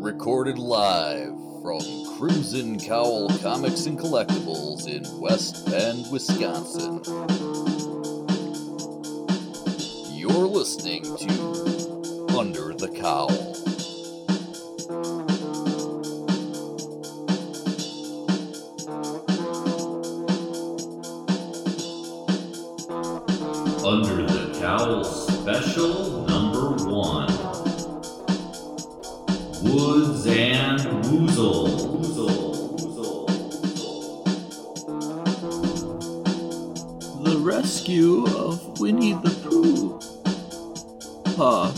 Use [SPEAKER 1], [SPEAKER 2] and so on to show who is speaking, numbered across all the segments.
[SPEAKER 1] recorded live from Cruisin' Cowl Comics and Collectibles in West Bend, Wisconsin. You're listening to Under the Cowl. Under the Cowl Special Number One Woods and Woozle.
[SPEAKER 2] The Rescue of Winnie the Pooh, Part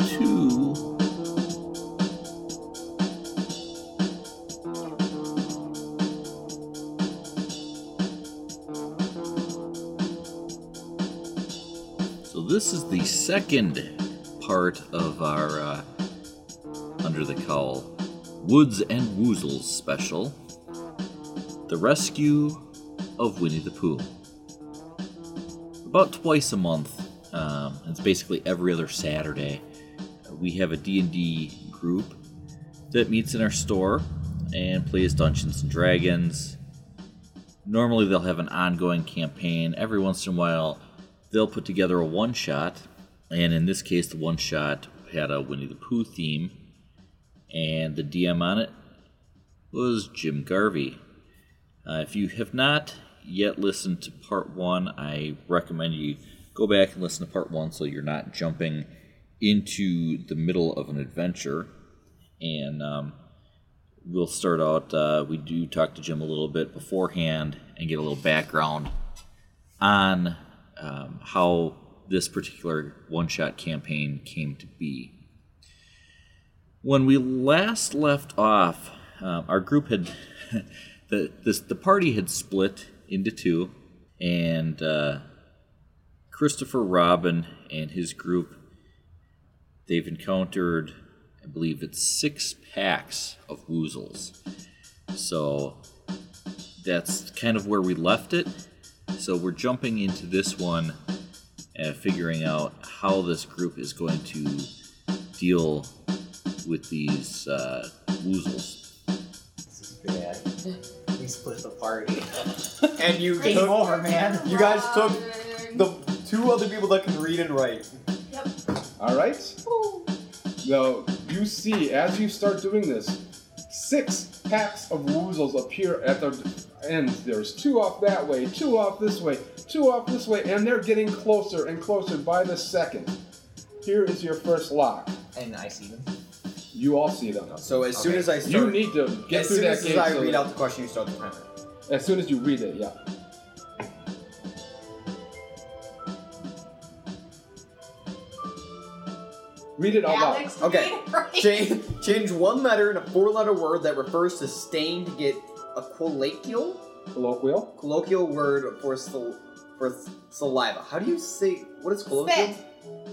[SPEAKER 2] 2. So, this is the second part of our uh, Under the Cowl Woods and Woozles special The Rescue of Winnie the Pooh about twice a month. Um, it's basically every other Saturday. We have a D&D group that meets in our store and plays Dungeons and Dragons. Normally they'll have an ongoing campaign. Every once in a while they'll put together a one-shot, and in this case the one-shot had a Winnie the Pooh theme and the DM on it was Jim Garvey. Uh, if you have not yet listened to part one, I recommend you go back and listen to part one so you're not jumping into the middle of an adventure. And um, we'll start out, uh, we do talk to Jim a little bit beforehand and get a little background on um, how this particular one shot campaign came to be. When we last left off, um, our group had the this the party had split into two, and uh, Christopher Robin and his group they've encountered, I believe it's six packs of woozles. So that's kind of where we left it. So we're jumping into this one and figuring out how this group is going to deal with these uh, woozles.
[SPEAKER 3] This is bad. We split the party.
[SPEAKER 4] and you
[SPEAKER 3] Game
[SPEAKER 4] took-
[SPEAKER 3] over, man.
[SPEAKER 4] You guys took the two other people that can read and write.
[SPEAKER 5] All right. Now you see, as you start doing this, six packs of woozles appear at the ends. There's two off that way, two off this way, two off this way, and they're getting closer and closer by the second. Here is your first lock.
[SPEAKER 3] And I see them.
[SPEAKER 5] You all see them.
[SPEAKER 4] So as soon
[SPEAKER 3] Okay.
[SPEAKER 4] as I start,
[SPEAKER 5] You need to get
[SPEAKER 4] as
[SPEAKER 5] through
[SPEAKER 4] soon
[SPEAKER 5] that
[SPEAKER 4] as
[SPEAKER 5] game.
[SPEAKER 4] I
[SPEAKER 5] so
[SPEAKER 4] read
[SPEAKER 5] that-
[SPEAKER 4] out the question, you start the timer.
[SPEAKER 5] as soon as you read it, yeah. Read it out loud.
[SPEAKER 6] Alex,
[SPEAKER 4] Okay.
[SPEAKER 6] read it right.
[SPEAKER 4] Change, change one letter in a four-letter word that refers to stain to get a colloquial
[SPEAKER 5] Colloquial.
[SPEAKER 4] colloquial word for sal- for s- saliva. How do you say what is colloquial?
[SPEAKER 6] Spit.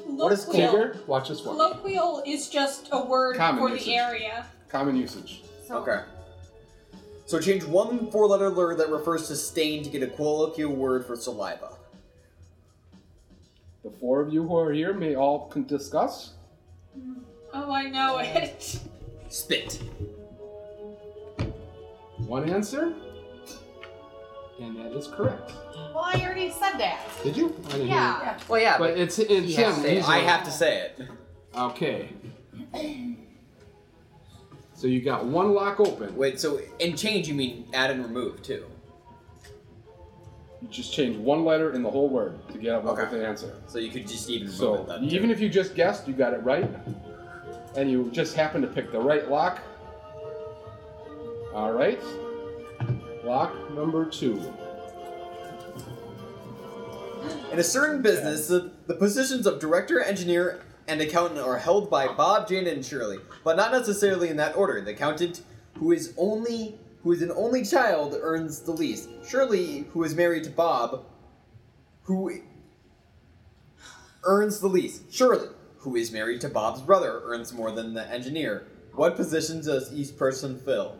[SPEAKER 4] What is
[SPEAKER 6] Colloquial.
[SPEAKER 5] Tigger, watch this one.
[SPEAKER 6] Colloquial is just a word
[SPEAKER 5] Common
[SPEAKER 6] for
[SPEAKER 5] usage.
[SPEAKER 6] the area.
[SPEAKER 5] Common usage.
[SPEAKER 4] Okay. So change one four-letter word that refers to stain to get a colloquial word for saliva.
[SPEAKER 5] The four of you who are here may all con- discuss.
[SPEAKER 6] Oh, I know it.
[SPEAKER 4] Spit.
[SPEAKER 5] One answer, and that is correct.
[SPEAKER 6] Well, I already said that.
[SPEAKER 5] Did you? I didn't
[SPEAKER 6] Yeah.
[SPEAKER 5] Hear
[SPEAKER 4] Well, yeah,
[SPEAKER 5] you. But it's it's
[SPEAKER 4] Yeah,
[SPEAKER 5] him.
[SPEAKER 4] say-
[SPEAKER 5] He's
[SPEAKER 4] I
[SPEAKER 5] a-
[SPEAKER 4] have to say it.
[SPEAKER 5] Okay. So you got one lock open.
[SPEAKER 4] Wait, so in change you mean add and remove too?
[SPEAKER 5] You just change one letter in the whole word to get up
[SPEAKER 4] Okay.
[SPEAKER 5] with the answer.
[SPEAKER 4] So you could just even remove it
[SPEAKER 5] So
[SPEAKER 4] then.
[SPEAKER 5] even
[SPEAKER 4] too.
[SPEAKER 5] if you just guessed, you got it right, and you just happened to pick the right lock. All right. Lock number two.
[SPEAKER 4] in a certain business, the, the positions of director, engineer, and accountant are held by Bob, Jane, and Shirley, but not necessarily in that order. The accountant, who is only who is an only child, earns the least. Shirley, who is married to Bob, who earns the least. Shirley, who is married to Bob's brother, earns more than the engineer. What positions does each person fill?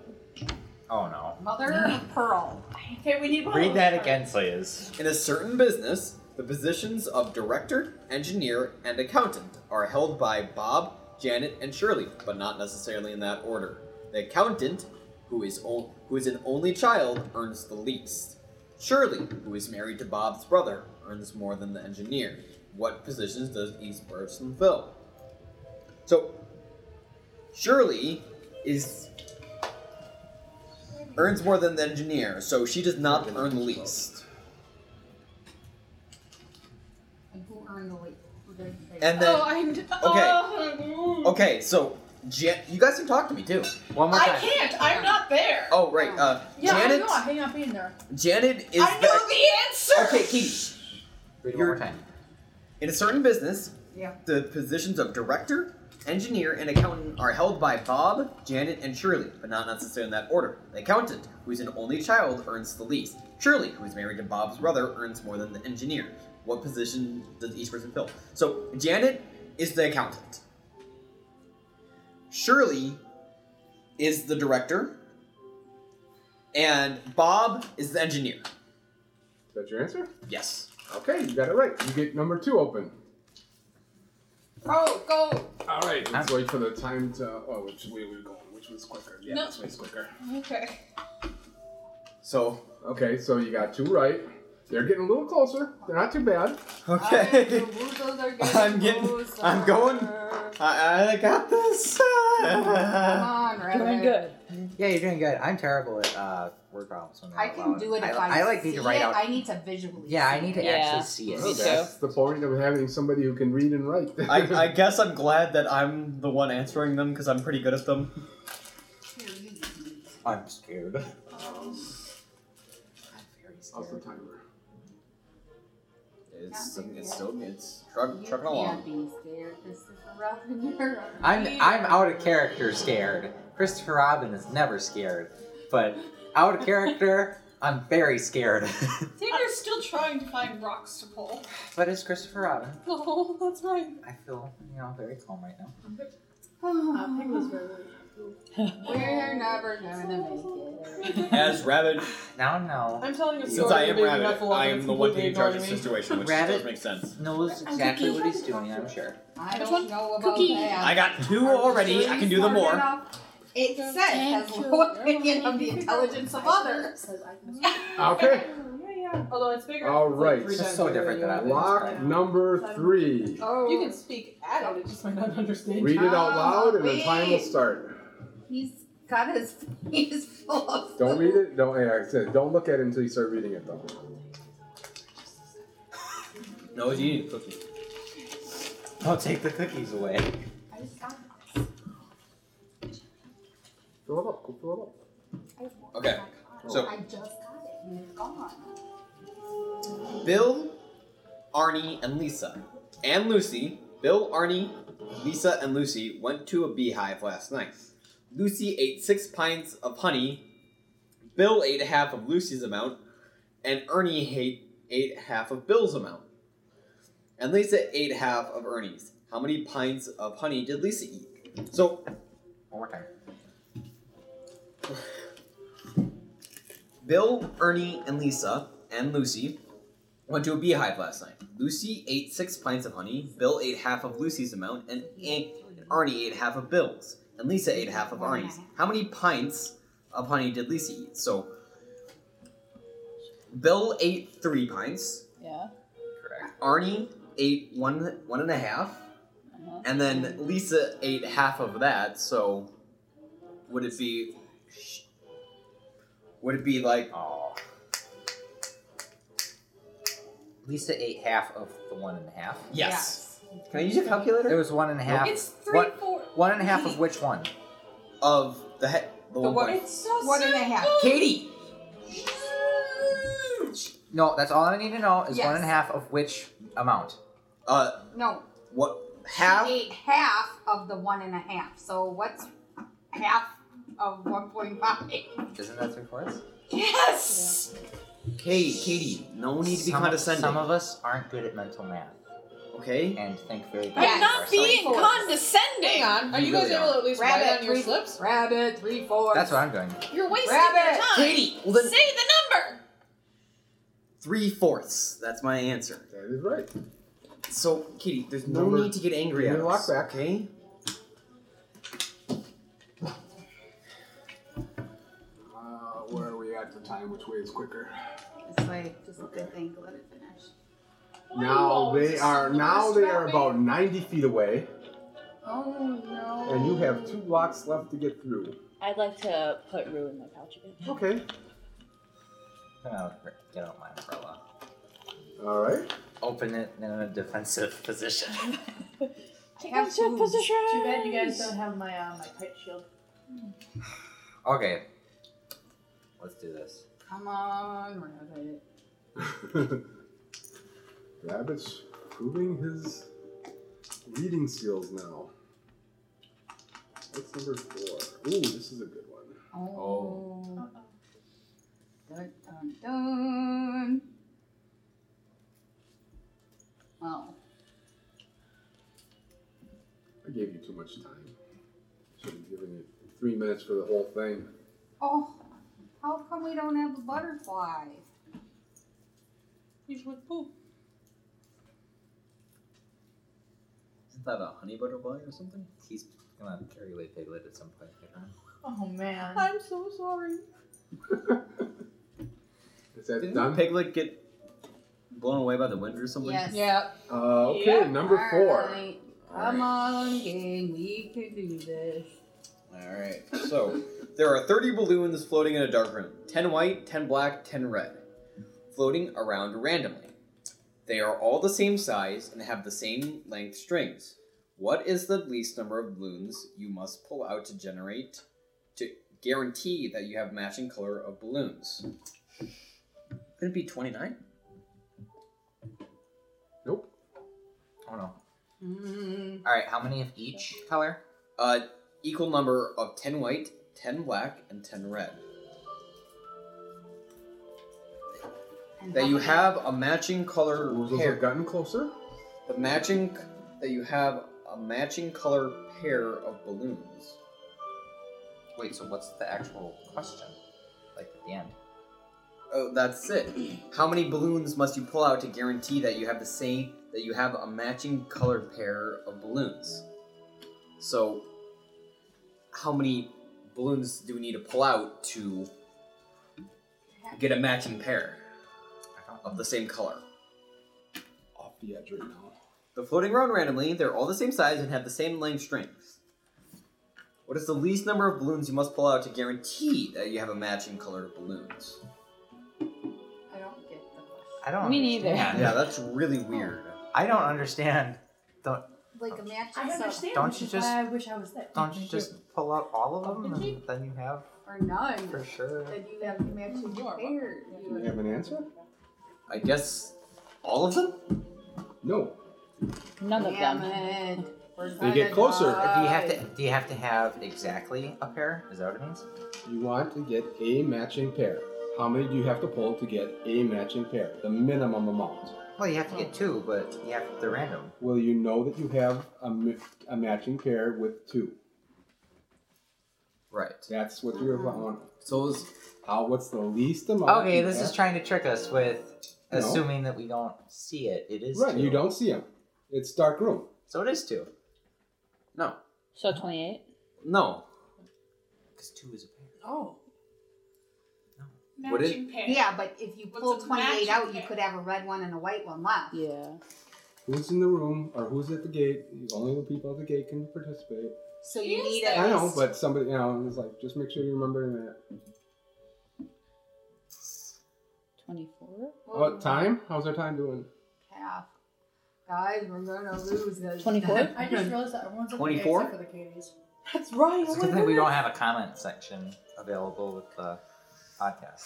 [SPEAKER 3] Oh no.
[SPEAKER 6] Mother of pearl. Okay, we need one.
[SPEAKER 3] Read that again, please.
[SPEAKER 4] In a certain business, the positions of director, engineer, and accountant are held by Bob, Janet, and Shirley, but not necessarily in that order. The accountant, who is o- who is an only child, earns the least. Shirley, who is married to Bob's brother, earns more than the engineer. What positions does each person fill? So, Shirley is earns more than the engineer, so she does not earn the least.
[SPEAKER 6] And who earned the least? Who did they-
[SPEAKER 4] And then-
[SPEAKER 6] oh, I'm. Okay. Oh,
[SPEAKER 4] Okay, so Jan- you guys can talk to me too.
[SPEAKER 3] One more
[SPEAKER 6] I
[SPEAKER 3] time.
[SPEAKER 6] can't. I'm not there.
[SPEAKER 4] Oh right, uh,
[SPEAKER 7] Yeah,
[SPEAKER 4] Janet.
[SPEAKER 7] I know. I hang up being there.
[SPEAKER 4] Janet is
[SPEAKER 6] I know
[SPEAKER 4] the-
[SPEAKER 6] the answer.
[SPEAKER 4] Okay, Katie.
[SPEAKER 3] Read it one
[SPEAKER 4] You're-
[SPEAKER 3] more time.
[SPEAKER 4] In a certain business,
[SPEAKER 7] Yeah.
[SPEAKER 4] the positions of director, engineer, and accountant are held by Bob, Janet, and Shirley, but not necessarily in that order. The accountant, who is an only child, earns the least. Shirley, who is married to Bob's brother, earns more than the engineer. What position does each person fill? So Janet is the accountant. Shirley is the director, and Bob is the engineer.
[SPEAKER 5] Is that your answer?
[SPEAKER 4] Yes.
[SPEAKER 5] Okay, you got it right. You get number two open.
[SPEAKER 6] Go, go.
[SPEAKER 5] All right, let's wait for the time to. Oh, which way we going? Which one's quicker? Yeah,
[SPEAKER 6] No.
[SPEAKER 5] this way's quicker.
[SPEAKER 6] Okay.
[SPEAKER 4] So
[SPEAKER 5] Okay, so you got two right. They're getting a little closer. They're not too bad.
[SPEAKER 4] okay.
[SPEAKER 7] I- the Wuzzles are getting
[SPEAKER 4] I'm getting-
[SPEAKER 7] closer.
[SPEAKER 4] I'm going- I, I got this.
[SPEAKER 7] Come on, Rabbit.
[SPEAKER 8] Doing good.
[SPEAKER 3] Yeah, you're doing good. I'm terrible at uh, word problems. when they're
[SPEAKER 7] I
[SPEAKER 3] out
[SPEAKER 7] can
[SPEAKER 3] loud.
[SPEAKER 7] do it
[SPEAKER 3] I,
[SPEAKER 7] if I,
[SPEAKER 3] I like need
[SPEAKER 7] see
[SPEAKER 3] to write
[SPEAKER 7] it.
[SPEAKER 3] out.
[SPEAKER 7] I need to visually.
[SPEAKER 3] yeah, I
[SPEAKER 7] see
[SPEAKER 3] need to
[SPEAKER 7] it.
[SPEAKER 8] Yeah.
[SPEAKER 3] actually see it.
[SPEAKER 8] Me too.
[SPEAKER 5] That's the point of having somebody who can read and write.
[SPEAKER 4] I, I guess I'm glad that I'm the one answering them because I'm pretty good at them.
[SPEAKER 7] Here, you use it.
[SPEAKER 3] I'm scared. I'm very
[SPEAKER 5] How's the
[SPEAKER 3] scared.
[SPEAKER 5] timer?
[SPEAKER 4] It's,
[SPEAKER 7] Yeah.
[SPEAKER 4] it's still it's truck,
[SPEAKER 7] You
[SPEAKER 4] trucking
[SPEAKER 7] can't
[SPEAKER 4] along.
[SPEAKER 7] be scared, Christopher Robin. You're a
[SPEAKER 3] I'm
[SPEAKER 7] weird.
[SPEAKER 3] I'm out of character scared. Christopher Robin is never scared, but out of character, I'm very scared.
[SPEAKER 6] Xavier's still trying to find rocks to pull.
[SPEAKER 3] but it's Christopher Robin.
[SPEAKER 6] Oh, that's right.
[SPEAKER 3] I feel you know very calm right now.
[SPEAKER 7] We're never gonna make it.
[SPEAKER 4] As Rabbit,
[SPEAKER 3] Now no
[SPEAKER 8] I'm telling a story.
[SPEAKER 4] since I am
[SPEAKER 8] maybe
[SPEAKER 4] Rabbit,
[SPEAKER 8] enough along
[SPEAKER 4] I
[SPEAKER 8] it's
[SPEAKER 4] am the one
[SPEAKER 8] completely
[SPEAKER 4] being charged of the
[SPEAKER 8] ignoring me.
[SPEAKER 4] situation, which
[SPEAKER 3] Rabbit?
[SPEAKER 4] does make sense.
[SPEAKER 3] knows exactly what he's doing. I'm sure.
[SPEAKER 7] I
[SPEAKER 8] Which
[SPEAKER 7] don't know about
[SPEAKER 8] Cookie.
[SPEAKER 7] that.
[SPEAKER 4] I got two already. I can do them more.
[SPEAKER 7] It says has
[SPEAKER 8] Thank you.
[SPEAKER 7] low opinion of the intelligence of others.
[SPEAKER 5] Okay.
[SPEAKER 8] Although it's bigger.
[SPEAKER 5] All
[SPEAKER 8] it's
[SPEAKER 5] right.
[SPEAKER 8] Like three
[SPEAKER 3] It's
[SPEAKER 8] times
[SPEAKER 3] so
[SPEAKER 8] bigger
[SPEAKER 3] different
[SPEAKER 8] than
[SPEAKER 3] than
[SPEAKER 8] you
[SPEAKER 3] I
[SPEAKER 8] are.
[SPEAKER 5] Lock number three.
[SPEAKER 7] Oh,
[SPEAKER 8] You can speak at it. It just might not understand.
[SPEAKER 5] Read
[SPEAKER 8] you.
[SPEAKER 5] it out loud and the time will start.
[SPEAKER 7] he's got his he's full of.
[SPEAKER 5] Don't read it. Don't. Yeah, I said, don't look at it until you start reading it, though.
[SPEAKER 4] No, you need a cookie.
[SPEAKER 3] I'll take the cookies away.
[SPEAKER 7] I just got this.
[SPEAKER 5] Fill it up. Go fill it up.
[SPEAKER 7] I-
[SPEAKER 4] Okay, so-
[SPEAKER 7] I just got it. and It's gone.
[SPEAKER 4] Bill, Arnie, and Lisa, and Lucy. Bill, Arnie, Lisa, and Lucy went to a beehive last night. Lucy ate six pints of honey. Bill ate half of Lucy's amount, and Ernie ate, ate half of Bill's amount. And Lisa ate half of Ernie's. How many pints of honey did Lisa eat? So
[SPEAKER 3] One more time.
[SPEAKER 4] Bill, Ernie, and Lisa, and Lucy went to a beehive last night. Lucy ate six pints of honey, Bill ate half of Lucy's amount, and, A- and Arnie ate half of Bill's, and Lisa ate half of Arnie's. How many pints of honey did Lisa eat? So, Bill ate three pints,
[SPEAKER 8] Yeah.
[SPEAKER 3] Correct.
[SPEAKER 4] Arnie ate one one and a half,
[SPEAKER 8] Uh-huh.
[SPEAKER 4] and then Lisa ate half of that, so would it be would it be like
[SPEAKER 3] Oh. Lisa ate half of the one and a half.
[SPEAKER 4] yes. Can I use your calculator?
[SPEAKER 3] There was one and a half.
[SPEAKER 6] It's three,
[SPEAKER 3] What-
[SPEAKER 6] four.
[SPEAKER 3] One and a half of which one?
[SPEAKER 4] of the he- the,
[SPEAKER 8] The
[SPEAKER 4] one
[SPEAKER 8] what?
[SPEAKER 4] point.
[SPEAKER 8] It's so
[SPEAKER 7] One and a half.
[SPEAKER 4] Katie.
[SPEAKER 3] No, that's all I need to know is one and a
[SPEAKER 7] Yes.
[SPEAKER 3] half of which amount.
[SPEAKER 4] Uh,
[SPEAKER 7] No,
[SPEAKER 4] what
[SPEAKER 7] she
[SPEAKER 4] half?
[SPEAKER 7] ate half of the one and a half. So what's half of one point five?
[SPEAKER 3] Isn't that three fourths?
[SPEAKER 6] Yes.
[SPEAKER 4] Hey, Katie. No need to be
[SPEAKER 3] some,
[SPEAKER 4] condescending.
[SPEAKER 3] Some of us aren't good at mental math
[SPEAKER 4] okay.
[SPEAKER 3] and think very.
[SPEAKER 7] Yeah,
[SPEAKER 6] I'm not being
[SPEAKER 7] Sorry.
[SPEAKER 6] condescending.
[SPEAKER 8] Hang on. Are
[SPEAKER 4] You
[SPEAKER 8] you guys
[SPEAKER 4] really
[SPEAKER 8] able
[SPEAKER 4] are.
[SPEAKER 8] to at least write
[SPEAKER 7] Rabbit
[SPEAKER 8] on your
[SPEAKER 7] three
[SPEAKER 8] slips?
[SPEAKER 7] Rabbit three four.
[SPEAKER 3] That's what I'm doing.
[SPEAKER 6] You're wasting
[SPEAKER 7] Rabbit.
[SPEAKER 6] your time.
[SPEAKER 4] Katie. Well then,
[SPEAKER 6] Say the number.
[SPEAKER 4] three fourths. That's my answer.
[SPEAKER 5] That is right.
[SPEAKER 4] So, Katie, there's no
[SPEAKER 5] Number-
[SPEAKER 4] need to get angry
[SPEAKER 5] Give
[SPEAKER 4] at
[SPEAKER 5] me the lock
[SPEAKER 4] us,
[SPEAKER 5] back. eh?
[SPEAKER 4] Okay.
[SPEAKER 5] Uh,
[SPEAKER 9] at the time which way is quicker.
[SPEAKER 7] It's like just a good thing. Let it finish.
[SPEAKER 5] Now they are now they are about ninety feet away,
[SPEAKER 7] Oh no.
[SPEAKER 5] and you have two blocks left to get through.
[SPEAKER 10] I'd like to put Rue in my pouch again.
[SPEAKER 5] Okay.
[SPEAKER 3] Oh, get out my umbrella.
[SPEAKER 5] All right.
[SPEAKER 3] Open it in a defensive position.
[SPEAKER 10] Take
[SPEAKER 7] Have
[SPEAKER 10] out your
[SPEAKER 7] some-
[SPEAKER 10] position.
[SPEAKER 8] Too bad you guys don't have my uh, my kite shield.
[SPEAKER 3] Okay. Let's do this.
[SPEAKER 7] Come on, rabbit.
[SPEAKER 5] Rabbit's proving his reading skills now. That's number four. Ooh, this is a good one.
[SPEAKER 7] Oh.
[SPEAKER 8] Uh-oh.
[SPEAKER 7] Dun dun dun. Well,
[SPEAKER 5] I gave you too much time. Should have given you three minutes for the whole thing.
[SPEAKER 7] Oh, how come we don't have a butterfly?
[SPEAKER 8] He's with poop.
[SPEAKER 3] Isn't that a honey butterfly or something? He's gonna carry away Piglet at some point. I don't know.
[SPEAKER 8] Oh man.
[SPEAKER 11] I'm so sorry.
[SPEAKER 5] Is that
[SPEAKER 4] Didn't
[SPEAKER 5] done?
[SPEAKER 3] Piglet get blown away by the wind or something?
[SPEAKER 7] Yes.
[SPEAKER 8] Yeah.
[SPEAKER 5] Uh, okay,
[SPEAKER 8] Yeah.
[SPEAKER 5] number four.
[SPEAKER 7] Alright, Come on, gang, we can do this.
[SPEAKER 4] All right. So there are 30 balloons floating in a dark room 10 white, 10 black, 10 red, floating around randomly. They are all the same size and have the same length strings. What is the least number of balloons you must pull out to generate to guarantee that you have matching color of balloons? Could it be 29?
[SPEAKER 5] Nope.
[SPEAKER 3] Oh no.
[SPEAKER 7] Mm,
[SPEAKER 3] Alright, how many of each color?
[SPEAKER 4] Uh, equal number of 10 white, 10 black, and 10 red.
[SPEAKER 7] and
[SPEAKER 4] That
[SPEAKER 7] how
[SPEAKER 4] you
[SPEAKER 7] many-
[SPEAKER 4] have a matching color
[SPEAKER 5] Rules
[SPEAKER 4] pair.
[SPEAKER 5] have gotten closer.
[SPEAKER 4] The matching that you have a matching color pair of balloons.
[SPEAKER 3] Wait, so what's the actual question? Like at the end.
[SPEAKER 4] Oh, that's it. How many balloons must you pull out to guarantee that you have the same that you have a matching color pair of balloons? So, how many balloons do we need to pull out to get a matching pair of the same color?
[SPEAKER 5] Off the edge right now.
[SPEAKER 4] They're floating around randomly. They're all the same size and have the same length strings. What is the least number of balloons you must pull out to guarantee that you have a matching color of balloons?
[SPEAKER 7] I don't get the question.
[SPEAKER 3] I don't
[SPEAKER 10] Me neither.
[SPEAKER 3] understand.
[SPEAKER 4] Yeah, that's really weird.
[SPEAKER 3] I don't understand.
[SPEAKER 7] Like a matching
[SPEAKER 8] I understand.
[SPEAKER 3] Don't
[SPEAKER 8] which
[SPEAKER 3] you
[SPEAKER 8] is
[SPEAKER 3] just-
[SPEAKER 8] why I wish I was there.
[SPEAKER 3] Don't you just pull out all of them and then you have
[SPEAKER 7] or none.
[SPEAKER 3] for sure?
[SPEAKER 7] That you have a matching pair.
[SPEAKER 5] Do you have an answer?
[SPEAKER 4] I guess all of them?
[SPEAKER 5] No.
[SPEAKER 10] None of
[SPEAKER 7] Damn
[SPEAKER 10] them.
[SPEAKER 7] it. We're
[SPEAKER 5] They get
[SPEAKER 7] gonna
[SPEAKER 5] closer.
[SPEAKER 7] die.
[SPEAKER 3] Do you have to do you have to have exactly a pair? Is that what it means?
[SPEAKER 5] You want to get a matching pair. How many do you have to pull to get a matching pair? The minimum amount.
[SPEAKER 3] Well you have to get two, but you have they're random.
[SPEAKER 5] Will you know that you have a, mi- a matching pair with two?
[SPEAKER 4] Right.
[SPEAKER 5] That's what you're want.
[SPEAKER 4] So is
[SPEAKER 5] How? What's the least amount?
[SPEAKER 3] Okay,
[SPEAKER 5] you
[SPEAKER 3] this is
[SPEAKER 5] have-
[SPEAKER 3] trying to trick us with
[SPEAKER 5] No.
[SPEAKER 3] assuming that we don't see it. It is
[SPEAKER 5] Right,
[SPEAKER 3] two.
[SPEAKER 5] you don't see them. It's dark room.
[SPEAKER 3] So it is two.
[SPEAKER 4] no,
[SPEAKER 10] So 28.
[SPEAKER 4] no.
[SPEAKER 3] Because two is a pair.
[SPEAKER 8] Oh.
[SPEAKER 4] Would it-
[SPEAKER 11] Matching pair.
[SPEAKER 7] Yeah, but if you
[SPEAKER 11] What's
[SPEAKER 7] pull
[SPEAKER 11] a
[SPEAKER 7] 28 out,
[SPEAKER 11] matching
[SPEAKER 6] eh.
[SPEAKER 7] you
[SPEAKER 11] pair?
[SPEAKER 7] could have a red one and a white one left.
[SPEAKER 10] Yeah.
[SPEAKER 5] Who's in the room or who's at the gate? Only the people at the gate can participate.
[SPEAKER 7] So you
[SPEAKER 11] Yes,
[SPEAKER 7] need
[SPEAKER 11] there
[SPEAKER 7] a.
[SPEAKER 5] I know, but somebody, you know, was like, just make sure you remember that.
[SPEAKER 10] 24?
[SPEAKER 7] Mm-hmm.
[SPEAKER 5] What Oh, time? How's our time doing?
[SPEAKER 7] Oh, Half. Guys, we're gonna lose this.
[SPEAKER 10] 24?
[SPEAKER 8] I just realized that everyone's okay
[SPEAKER 4] 24?
[SPEAKER 8] except for the kitties.
[SPEAKER 11] That's right.
[SPEAKER 3] It's a good thing we don't have a comment section available with the podcast.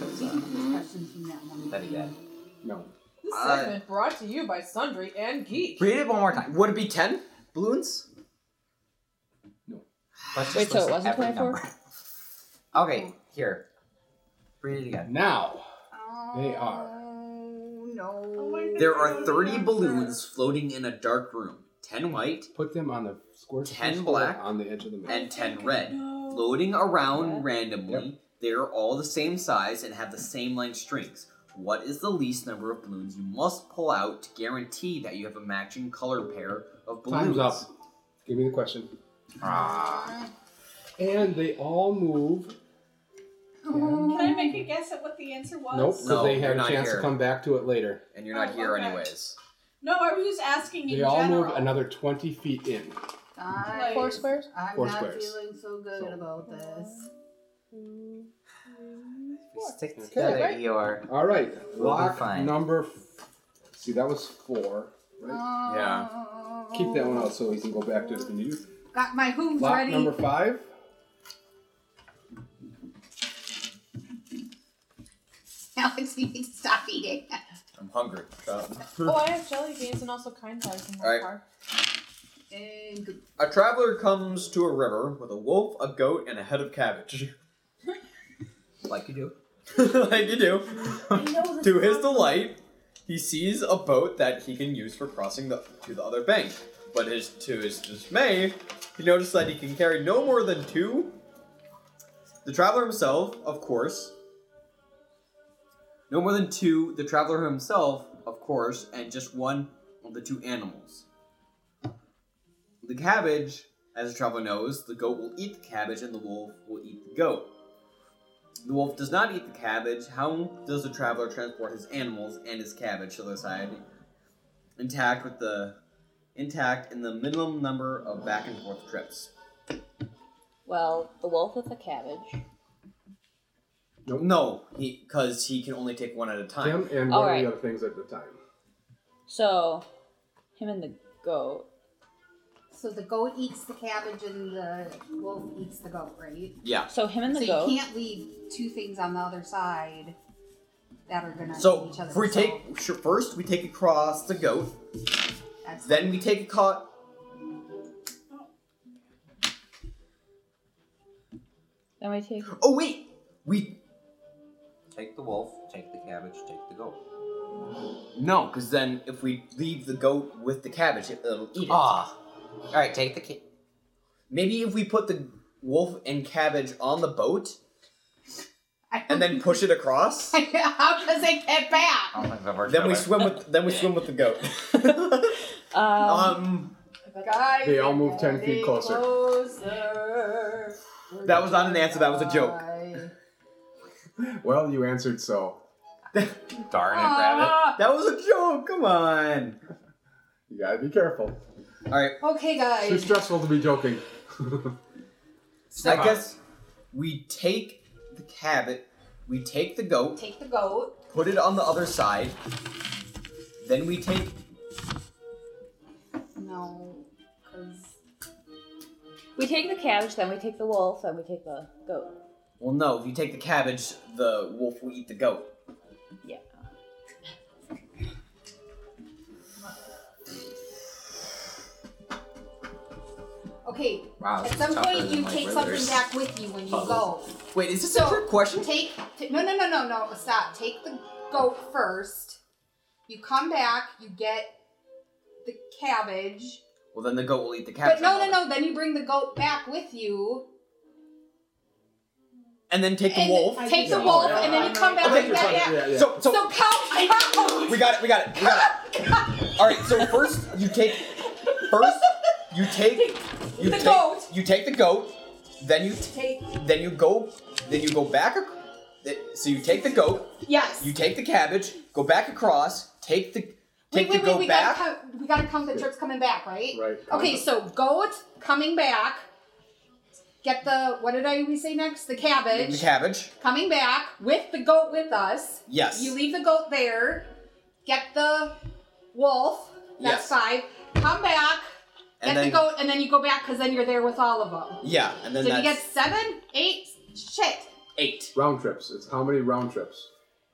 [SPEAKER 3] That's, uh,
[SPEAKER 7] Questions from that one.
[SPEAKER 3] That'd be bad.
[SPEAKER 5] No.
[SPEAKER 8] This
[SPEAKER 4] Uh,
[SPEAKER 8] segment brought to you by Sundry and Geek.
[SPEAKER 3] Read it one more time.
[SPEAKER 4] Would it be ten balloons?
[SPEAKER 3] Let's just
[SPEAKER 10] Wait, so it
[SPEAKER 3] list
[SPEAKER 10] wasn't
[SPEAKER 3] every
[SPEAKER 10] 24?
[SPEAKER 3] number. okay, here. Read it again.
[SPEAKER 5] Now. They
[SPEAKER 7] Oh no.
[SPEAKER 4] There are 30 balloons floating in a dark room. 10 white
[SPEAKER 5] Put them on the square.
[SPEAKER 4] Ten
[SPEAKER 5] square
[SPEAKER 4] black
[SPEAKER 5] on the edge of the map.
[SPEAKER 4] and 10 red. Floating around
[SPEAKER 10] What?
[SPEAKER 4] randomly. They are all the same size and have the same length strings. What is the least number of balloons you must pull out to guarantee that you have a matching color pair of balloons?
[SPEAKER 5] Time's up. Give me the question. And they all move
[SPEAKER 6] Can I make a guess at what the answer was?
[SPEAKER 5] Nope, because
[SPEAKER 3] No,
[SPEAKER 5] they had
[SPEAKER 3] you're
[SPEAKER 5] a
[SPEAKER 3] not
[SPEAKER 5] chance
[SPEAKER 3] here.
[SPEAKER 5] to come back to it later.
[SPEAKER 3] And you're not
[SPEAKER 6] Oh,
[SPEAKER 3] here
[SPEAKER 6] okay.
[SPEAKER 3] anyways.
[SPEAKER 6] No, I was just asking
[SPEAKER 5] They
[SPEAKER 6] in
[SPEAKER 5] all
[SPEAKER 6] general.
[SPEAKER 5] move another 20 feet in.
[SPEAKER 7] I,
[SPEAKER 12] Four squares?
[SPEAKER 7] I'm
[SPEAKER 5] Four
[SPEAKER 7] not
[SPEAKER 5] squares.
[SPEAKER 7] feeling so good about this.
[SPEAKER 3] Stick
[SPEAKER 13] together,
[SPEAKER 3] together, Eeyore.
[SPEAKER 13] All right,
[SPEAKER 3] We'll be
[SPEAKER 13] lock
[SPEAKER 3] fine.
[SPEAKER 13] number. F- See, that was four.
[SPEAKER 7] Oh.
[SPEAKER 13] Right?
[SPEAKER 7] Yeah.
[SPEAKER 13] Keep that one out so we can go back to it if you need. it.
[SPEAKER 7] Got my hooves
[SPEAKER 13] Lock
[SPEAKER 7] Oh. ready.
[SPEAKER 13] number five.
[SPEAKER 7] Alex, you need to stop eating.
[SPEAKER 3] I'm hungry.
[SPEAKER 8] Oh, I have jelly beans and also kind bars in my
[SPEAKER 4] Alright.
[SPEAKER 8] car.
[SPEAKER 7] And good-
[SPEAKER 4] A traveler comes to a river with a wolf, a goat, and a head of cabbage.
[SPEAKER 3] like you do.
[SPEAKER 4] like you do. to his delight, he sees a boat that he can use for crossing the, to the other bank. But his, to his dismay, he noticed that he can carry no more than two. The traveler himself, of course. No more than two, the traveler himself, of course, and just one of the two animals. The cabbage, as the traveler knows, the goat will eat the cabbage and the wolf will eat the goat. The wolf does not eat the cabbage. How does the traveler transport his animals and his cabbage to the other side intact with the intact in the minimum number of back and forth trips?
[SPEAKER 12] Well, the wolf with the cabbage.
[SPEAKER 4] No, he because he can only take one at a time.
[SPEAKER 5] Him and
[SPEAKER 12] All
[SPEAKER 5] one of
[SPEAKER 12] right.
[SPEAKER 5] the other things at the time.
[SPEAKER 12] So, him and the goat.
[SPEAKER 7] so the goat eats the cabbage and the wolf eats the goat, right?
[SPEAKER 4] Yeah.
[SPEAKER 12] So him and
[SPEAKER 7] so
[SPEAKER 12] the
[SPEAKER 7] you
[SPEAKER 12] goat.
[SPEAKER 7] can't leave two things on the other side that are gonna
[SPEAKER 4] So
[SPEAKER 7] eat each other.
[SPEAKER 4] if we take sure, first we take across the goat,
[SPEAKER 7] That's-
[SPEAKER 4] then we take a caught.
[SPEAKER 12] Then we take.
[SPEAKER 4] Oh wait, we
[SPEAKER 3] Take the wolf, take the cabbage, take the goat.
[SPEAKER 4] no, because then if we leave the goat with the cabbage, it, it'll eat it.
[SPEAKER 3] Ah. All right, take the ca-
[SPEAKER 4] Maybe if we put the wolf and cabbage on the boat
[SPEAKER 7] I-
[SPEAKER 4] and then push it across,
[SPEAKER 7] How does it get back?
[SPEAKER 3] oh
[SPEAKER 4] then we swim with then we swim with the goat.
[SPEAKER 11] Oh,
[SPEAKER 12] Um,
[SPEAKER 4] Um,
[SPEAKER 7] Guys,
[SPEAKER 5] They all move 10 feet closer.
[SPEAKER 7] closer.
[SPEAKER 4] that was not an answer. That was a joke.
[SPEAKER 5] Well, you answered so.
[SPEAKER 3] Darn
[SPEAKER 6] Ah.
[SPEAKER 7] uh,
[SPEAKER 4] That was a joke. Come on.
[SPEAKER 5] You gotta be careful.
[SPEAKER 4] All right.
[SPEAKER 7] Okay,
[SPEAKER 5] It's too
[SPEAKER 7] guys.
[SPEAKER 5] stressful to be joking.
[SPEAKER 4] I guess we take the cabbage, we take the goat,
[SPEAKER 7] Take the goat.
[SPEAKER 4] put it on the other side. Then we take
[SPEAKER 7] No, because
[SPEAKER 12] We take the cabbage, then we take the wolf, then we take the goat.
[SPEAKER 4] well, no, if you take the cabbage, the wolf will eat the goat.
[SPEAKER 12] Yeah.
[SPEAKER 7] okay.
[SPEAKER 3] Wow,
[SPEAKER 7] At
[SPEAKER 3] this is
[SPEAKER 7] some
[SPEAKER 3] tougher
[SPEAKER 7] point,
[SPEAKER 3] than
[SPEAKER 7] you
[SPEAKER 3] my
[SPEAKER 7] take
[SPEAKER 3] regular
[SPEAKER 7] something back with you when you go.
[SPEAKER 4] Wait, is this
[SPEAKER 7] So-
[SPEAKER 4] a trick question?
[SPEAKER 7] Take t- no, no, no, no, no. Stop. Take the goat first. You come back. You get the cabbage.
[SPEAKER 4] Well, then the goat will eat the cabbage.
[SPEAKER 7] But no, no, no. Then you bring the goat back with you.
[SPEAKER 4] And then take the
[SPEAKER 7] and
[SPEAKER 4] wolf.
[SPEAKER 7] Take the wolf,
[SPEAKER 4] Yeah.
[SPEAKER 7] and then you come back
[SPEAKER 4] Okay,
[SPEAKER 7] with that.
[SPEAKER 4] you're fine.
[SPEAKER 7] Yeah.
[SPEAKER 4] So, so,
[SPEAKER 7] So count. count.
[SPEAKER 4] we got it. We got it. We got it. All right. So first, you take first you take you
[SPEAKER 7] The
[SPEAKER 4] take
[SPEAKER 7] goat.
[SPEAKER 4] you take the goat. Then you
[SPEAKER 7] Take
[SPEAKER 4] then you go then you go back. ac- th- So you take the goat.
[SPEAKER 7] yes.
[SPEAKER 4] You take the cabbage. Go back across. Take the take
[SPEAKER 7] wait, wait,
[SPEAKER 4] the
[SPEAKER 7] wait,
[SPEAKER 4] goat
[SPEAKER 7] we
[SPEAKER 4] back.
[SPEAKER 7] Gotta count, we gotta count the trips coming back, right?
[SPEAKER 5] Right.
[SPEAKER 7] Okay, so goat coming back. Get the what did I we say next? The cabbage.
[SPEAKER 4] the cabbage.
[SPEAKER 7] coming back with the goat with us.
[SPEAKER 4] Yes.
[SPEAKER 7] You leave the goat there. Get the wolf.
[SPEAKER 4] Yes.
[SPEAKER 7] That's five. Come back. Get
[SPEAKER 4] And
[SPEAKER 7] the
[SPEAKER 4] then-
[SPEAKER 7] goat, and then you go back because then you're there with all of them.
[SPEAKER 4] Yeah, and then
[SPEAKER 7] so you
[SPEAKER 4] that's
[SPEAKER 7] get seven, eight. Shit.
[SPEAKER 4] eight.
[SPEAKER 5] Round trips. It's how many round trips?